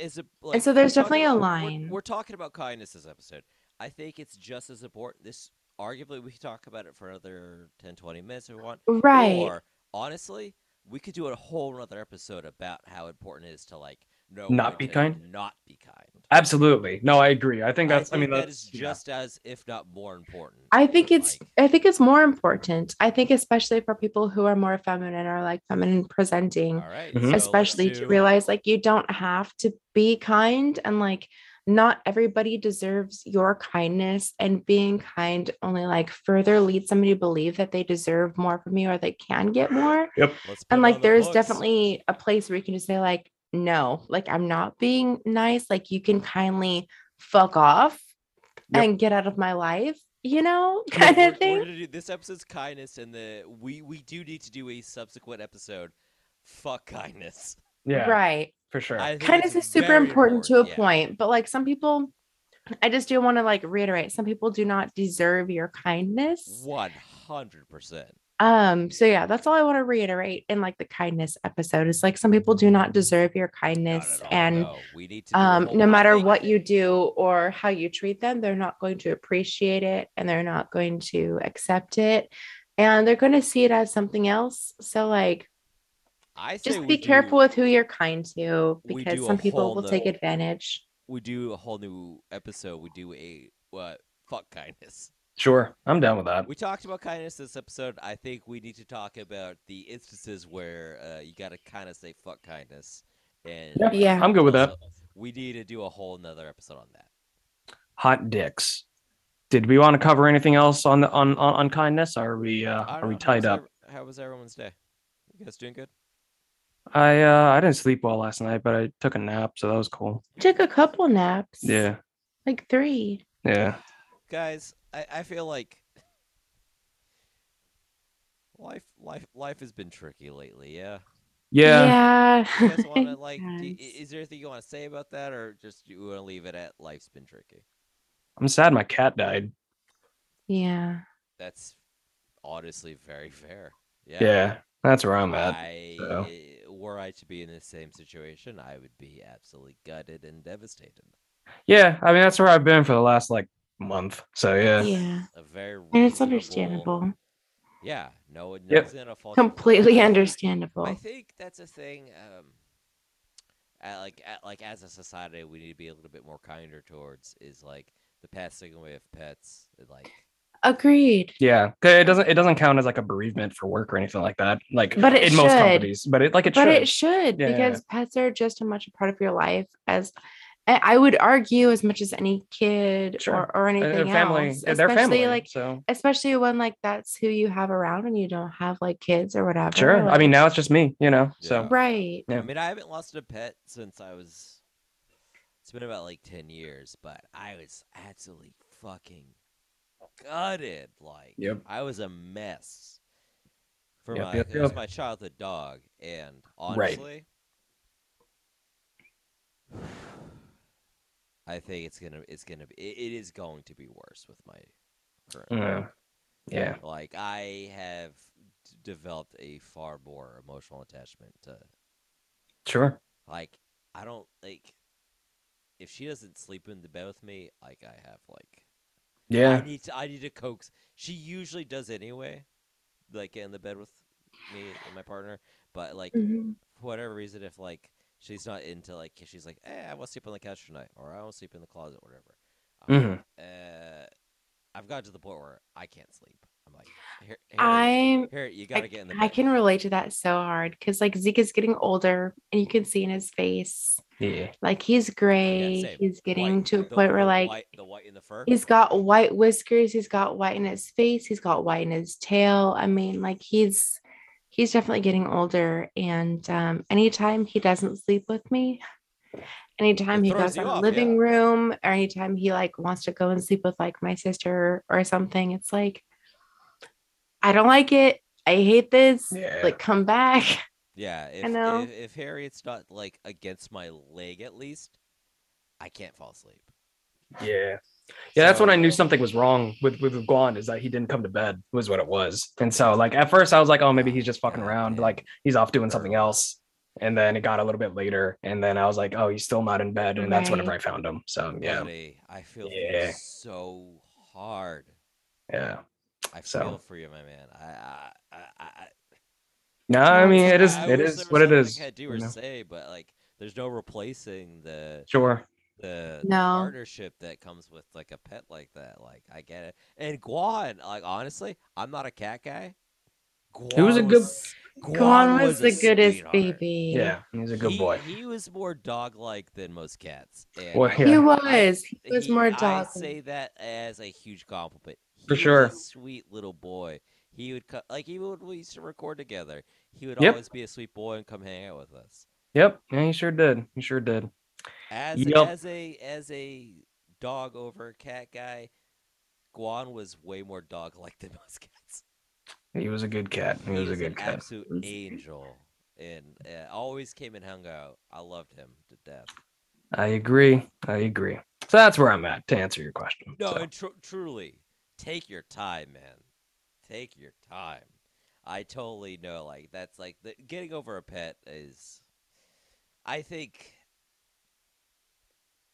C: is a like,
A: so there's
C: we're talking
A: definitely a
C: about-
A: line.
C: We're, we're talking about kindness this episode. I think it's just as important. This arguably we could talk about it for another 10, 20 minutes if we want.
A: right
C: Or honestly, we could do a whole other episode about how important it is to like know
B: Not
C: when
B: be
C: to
B: kind?
C: Not be kind.
B: Absolutely. No, I agree. I think
C: I
B: that's. I, mean,
C: think that
B: that's
C: is
B: yeah.
C: just as, if not more important.
A: I think
C: than,
A: it's
C: like-
A: I think it's more important. I think especially for people who are more feminine or like feminine presenting,
C: all right,
B: Mhm.
C: so let's
A: especially to
C: do-
A: realize like you don't have to be kind and like not everybody deserves your kindness and being kind only like further leads somebody to believe that they deserve more from you or they can get more.
C: let's put it
A: And
C: on
A: like
C: the
A: there is
C: books.
A: definitely a place where you can just say like no, like I'm not being nice, like you can kindly fuck off
B: Yep.
A: and get out of my life, you know,
C: I mean,
A: kind of
C: we're-
A: thing.
C: We're gonna do, this episode's kindness, and the we we do need to do a subsequent episode. Fuck kindness.
B: Yeah,
A: Right.
B: for sure.
C: I think
A: Kindness
C: it's
A: is super
C: very
A: important, to a
C: yeah.
A: point, but like some people, I just do want to like reiterate some people do not deserve your kindness.
C: One hundred percent.
A: Um, so yeah, that's all I want to reiterate in like the kindness episode is like some people do not deserve your kindness and
C: we need to. do a
A: um
C: whole
A: no matter
C: thing.
A: what you do or how you treat them, they're not going to appreciate it and they're not going to accept it and they're going to see it as something else. So like
C: I say
A: just
C: we
A: be
C: do-
A: careful with who you're kind to
C: we
A: because
C: do a
A: some people
C: whole
A: will take
C: nother-
A: advantage.
C: We do a whole new episode. We do a what? Fuck kindness.
B: sure, I'm down with that.
C: We talked about kindness this episode. I think we need to talk about the instances where uh, you got to kind of say fuck kindness. And
B: Yeah.
A: Yeah.
B: I'm good with that.
C: also, We need to do a whole nother episode on that.
B: Hot dicks. Did we want to cover anything else on the on on, on kindness? Or are we uh,
C: I don't know, how
B: are we
C: was
B: tied up?
C: ev- how was everyone's day? You guys doing good?
B: I uh I didn't sleep well last night, but I took a nap, so that was cool.
A: Took a couple naps.
B: Yeah,
A: Like three.
B: yeah.
C: Guys, I, I feel like life life life has been tricky lately. Yeah.
B: Yeah.
C: You
A: Yeah.
C: guys want to like? do- i-
A: Yes.
C: is there anything you want to say about that, or just you want to leave it at life's been tricky?
B: I'm sad my cat died.
A: Yeah.
C: That's honestly very fair. Yeah.
B: Yeah. That's where I'm at.
C: I,
B: so.
C: Were I to be in the same situation, I would be absolutely gutted and devastated.
B: Yeah, I mean that's where I've been for the last like month. So yeah.
A: Yeah.
C: A very
A: And it's
C: reasonable-
A: understandable.
C: Yeah, no, no
B: Yep.
C: one's gonna fault you for that.
A: Completely
C: I
A: understandable.
C: think that's a thing. Um, uh, like, uh, like as a society, we need to be a little bit more kinder towards is like the passing away of pets. and, Like,
A: Agreed.
B: Yeah, 'Cause it doesn't it doesn't count as like a bereavement for work or anything like that. Like
A: But it
B: in most
A: should.
B: companies, but it like it
A: but
B: should.
A: it should
B: Yeah, yeah,
A: because pets are just as much a part of your life as I I would argue as much as any kid
B: Sure.
A: or, or
B: And- and
A: anything
B: family,
A: else.
B: and their
A: especially
B: family.
A: like
B: so
A: especially when like that's who you have around and you don't have like kids or whatever.
B: sure. I
A: like-
B: mean now it's just me, you know.
C: Yeah.
B: So
A: right.
B: Yeah.
C: I mean, I haven't lost a pet since I was. It's been about like ten years, but I was absolutely fucking gutted. Like,
B: Yep.
C: I was a mess. For
B: Yep,
C: my,
B: yep,
C: it was
B: yep.
C: my childhood dog, and
B: Right.
C: honestly, I think it's gonna, it's gonna, be, it, it is going to be worse with my current.
B: yeah. Mm-hmm. Yeah.
C: Like I have d- developed a far more emotional attachment to
B: Sure.
C: like I don't like if she doesn't sleep in the bed with me, like I have like
B: Yeah.
C: I need to I need to coax. She usually does anyway, like get in the bed with me and my partner. But like
A: Mhm.
C: for whatever reason, if like she's not into like if she's like, eh, I want to sleep on the couch tonight, or I want to sleep in the closet, whatever. I'm like,
B: hmm
A: Mm-hmm.
C: uh, I've gotten to the point where I can't sleep. I'm like, here, here,
A: I'm
C: here you
A: I-
C: gotta get in the bed.
A: I can relate to that so hard because like Zeke is getting older and you can see in his face
B: Yeah.
A: like he's gray.
C: same.
A: he's getting
C: White-
A: to a
C: the-
A: point where
C: the
A: like
C: white, the white in the fur.
A: he's got white whiskers, he's got white in his face, he's got white in his tail. I mean, like he's he's definitely getting older and um anytime he doesn't sleep with me anytime he
C: throws
A: goes
C: you
A: in the
C: off,
A: living
C: yeah.
A: room or anytime he like wants to go and sleep with like my sister or something it's like i don't like it i hate this
B: Yeah.
A: like come back
C: Yeah, if,
A: know.
C: if if Harriet's not like against my leg at least, I can't fall asleep.
B: Yeah. Yeah, that's when I
C: So-
B: knew something was wrong with with Guan is that he didn't come to bed was what it was. And so like at first I was like, oh maybe he's just fucking around, like he's off doing something else. And then it got a little bit later, and then I was like, oh, he's still not in bed, and that's whenever I
A: Right.
B: found him. So yeah,
C: Buddy, I feel for you
B: Yeah.
C: so hard.
B: yeah.
C: I
B: So-
C: feel for you, my man. I I I, I
B: No, I mean it is
C: I
B: it
C: wish
B: is
C: there
B: what
C: was
B: it
C: something
B: is.
C: I could do
B: you
C: or
B: know?
C: say, but like there's no replacing the
B: Sure.
C: the, the
A: No.
C: partnership that comes with like a pet like that. Like I get it. And Guan, like honestly, I'm not a cat guy. Guan
B: He was a good-
A: Guan was,
C: a
A: the goodest
C: sweetheart.
A: baby.
B: Yeah, he's a good
C: He-
B: boy.
C: He was more dog like than most cats. and
B: Well,
C: I-
B: yeah.
A: He
C: I-
A: was. He was
C: he-
A: more
C: I
A: dog.
C: say that as a huge compliment. He
B: For
C: was a
B: sure.
C: sweet little boy. He would co- like even when we used to record together. He would
B: Yep.
C: always be a sweet boy and come hang out with us.
B: Yep, yeah, he sure did. He sure did.
C: As
B: Yep.
C: as a as a dog over a cat guy, Guan was way more dog like than most cats.
B: He was a good cat. He was a
C: an
B: good cat.
C: absolute
A: was a good-
C: angel, and uh, always came and hung out. I loved him to death.
B: I agree. I agree. So that's where I'm at to answer your question.
C: No,
B: So,
C: and tru- truly, take your time, man. Take your time. I totally know, like that's like the, getting over a pet is. I think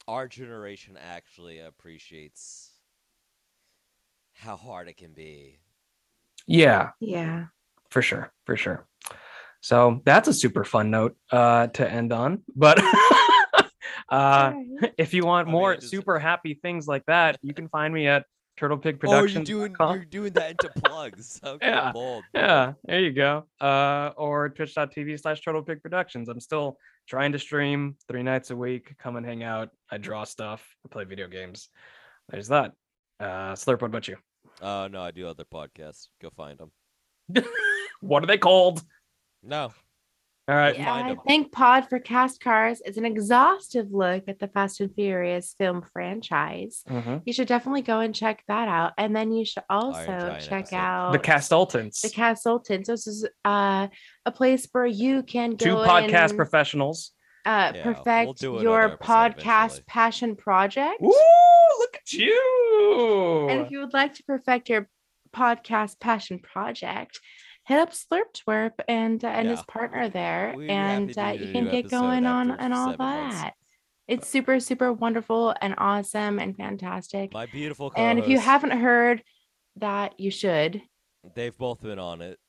C: our generation actually appreciates how hard it can be.
B: yeah,
A: Yeah.
B: for sure for sure so that's a super fun note uh to end on but uh
A: Alright.
B: if you want
C: I mean,
B: more
C: it is-
B: super happy things like that you can find me at turtle pig productions
C: Oh, doing that into plugs. Okay,
B: Yeah,
C: bold.
B: yeah there you go uh or twitch.tv slash turtle pig productions i'm still trying to stream three nights a week come and hang out i draw stuff i play video games there's that uh slurp what about you
C: Oh no, I do other podcasts. Go find them.
B: what are they called
C: No,
B: all right
C: Yeah. find
A: I
C: 'em.
A: think Pod for Cast Cars is an exhaustive look at the Fast and Furious film franchise.
B: Mhm.
A: You should definitely go and check that out. And then you should also
C: Giant
A: check
C: episode.
A: out
B: the Castaltons.
A: Uh, the Castleton. So this is uh, a place where you can
B: two
A: go
B: podcast
A: and,
B: professionals.
A: uh,
C: we'll
A: perfect
C: do another
A: your
C: episode
A: podcast
C: eventually.
A: passion project.
B: look at you.
A: And if you would like to perfect your podcast passion project, hit up Slurptwerp and uh, and his
C: Yeah.
A: partner there,
C: We'd be happy
A: and
C: to
A: uh,
C: do
A: you
C: a
A: can
C: new
A: get
C: episode
A: going on
C: after
A: and all
C: seven months. Uh,
A: that. It's super super wonderful and awesome and fantastic.
C: my beautiful.
A: and if you
C: co-hosts,
A: haven't heard that, you should.
C: they've both been on it.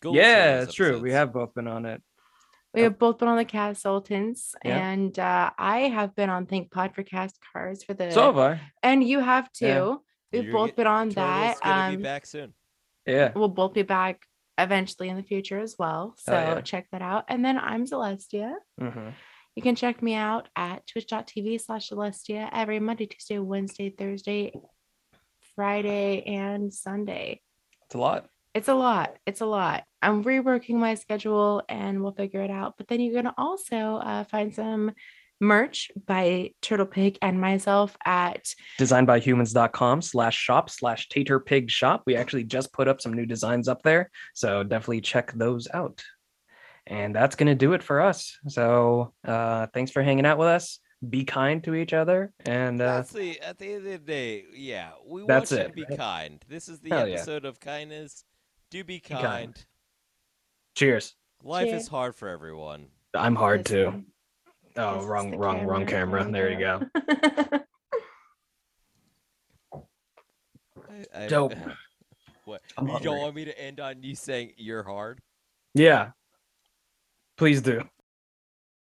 C: Go listen to
B: yeah,
C: those
B: it's true. We
C: episodes.
B: have both been on it.
A: We have both been on the Cast Sultans,
B: Yeah.
A: and uh, I have been on Think Pod for Cast Cars for the.
B: So have I.
A: and you have too.
B: Yeah.
A: We've
C: You're
A: both
C: get-
A: been on that.
C: Turtle's gonna
A: um,
C: be back soon.
B: Yeah.
A: we'll both be back eventually in the future as well. So
B: Oh, yeah.
A: check that out. And then I'm Celestia.
B: Mhm.
A: You can check me out at twitch.tv slash Celestia every Monday, Tuesday, Wednesday, Thursday, Friday, and Sunday.
B: It's a lot.
A: It's a lot. It's a lot. I'm reworking my schedule and we'll figure it out. But then you're going to also uh, find some merch by Turtle Pig and myself at
B: Designed by humans.com slash shop slash tater pig shop. We actually just put up some new designs up there. So definitely check those out. And that's gonna do it for us. So uh thanks for hanging out with us. Be kind to each other. And uh
C: That's the at the end of the day, yeah. We
B: That's
C: want you
B: it,
C: to be
B: right?
C: kind. This is the
B: Hell yeah.
C: episode of kindness. Do be kind.
B: kind. cheers.
C: Life
A: Cheer.
C: is hard for everyone.
B: I'm hard
A: This
B: too.
A: one. This
B: Oh,
A: is
B: wrong,
A: the
B: wrong, wrong camera. There you go.
A: go.
C: I, I,
B: Dope.
C: what?
B: I'm
C: you
B: hungry.
C: don't want me to end on you saying you're hard?
B: Yeah. Please do.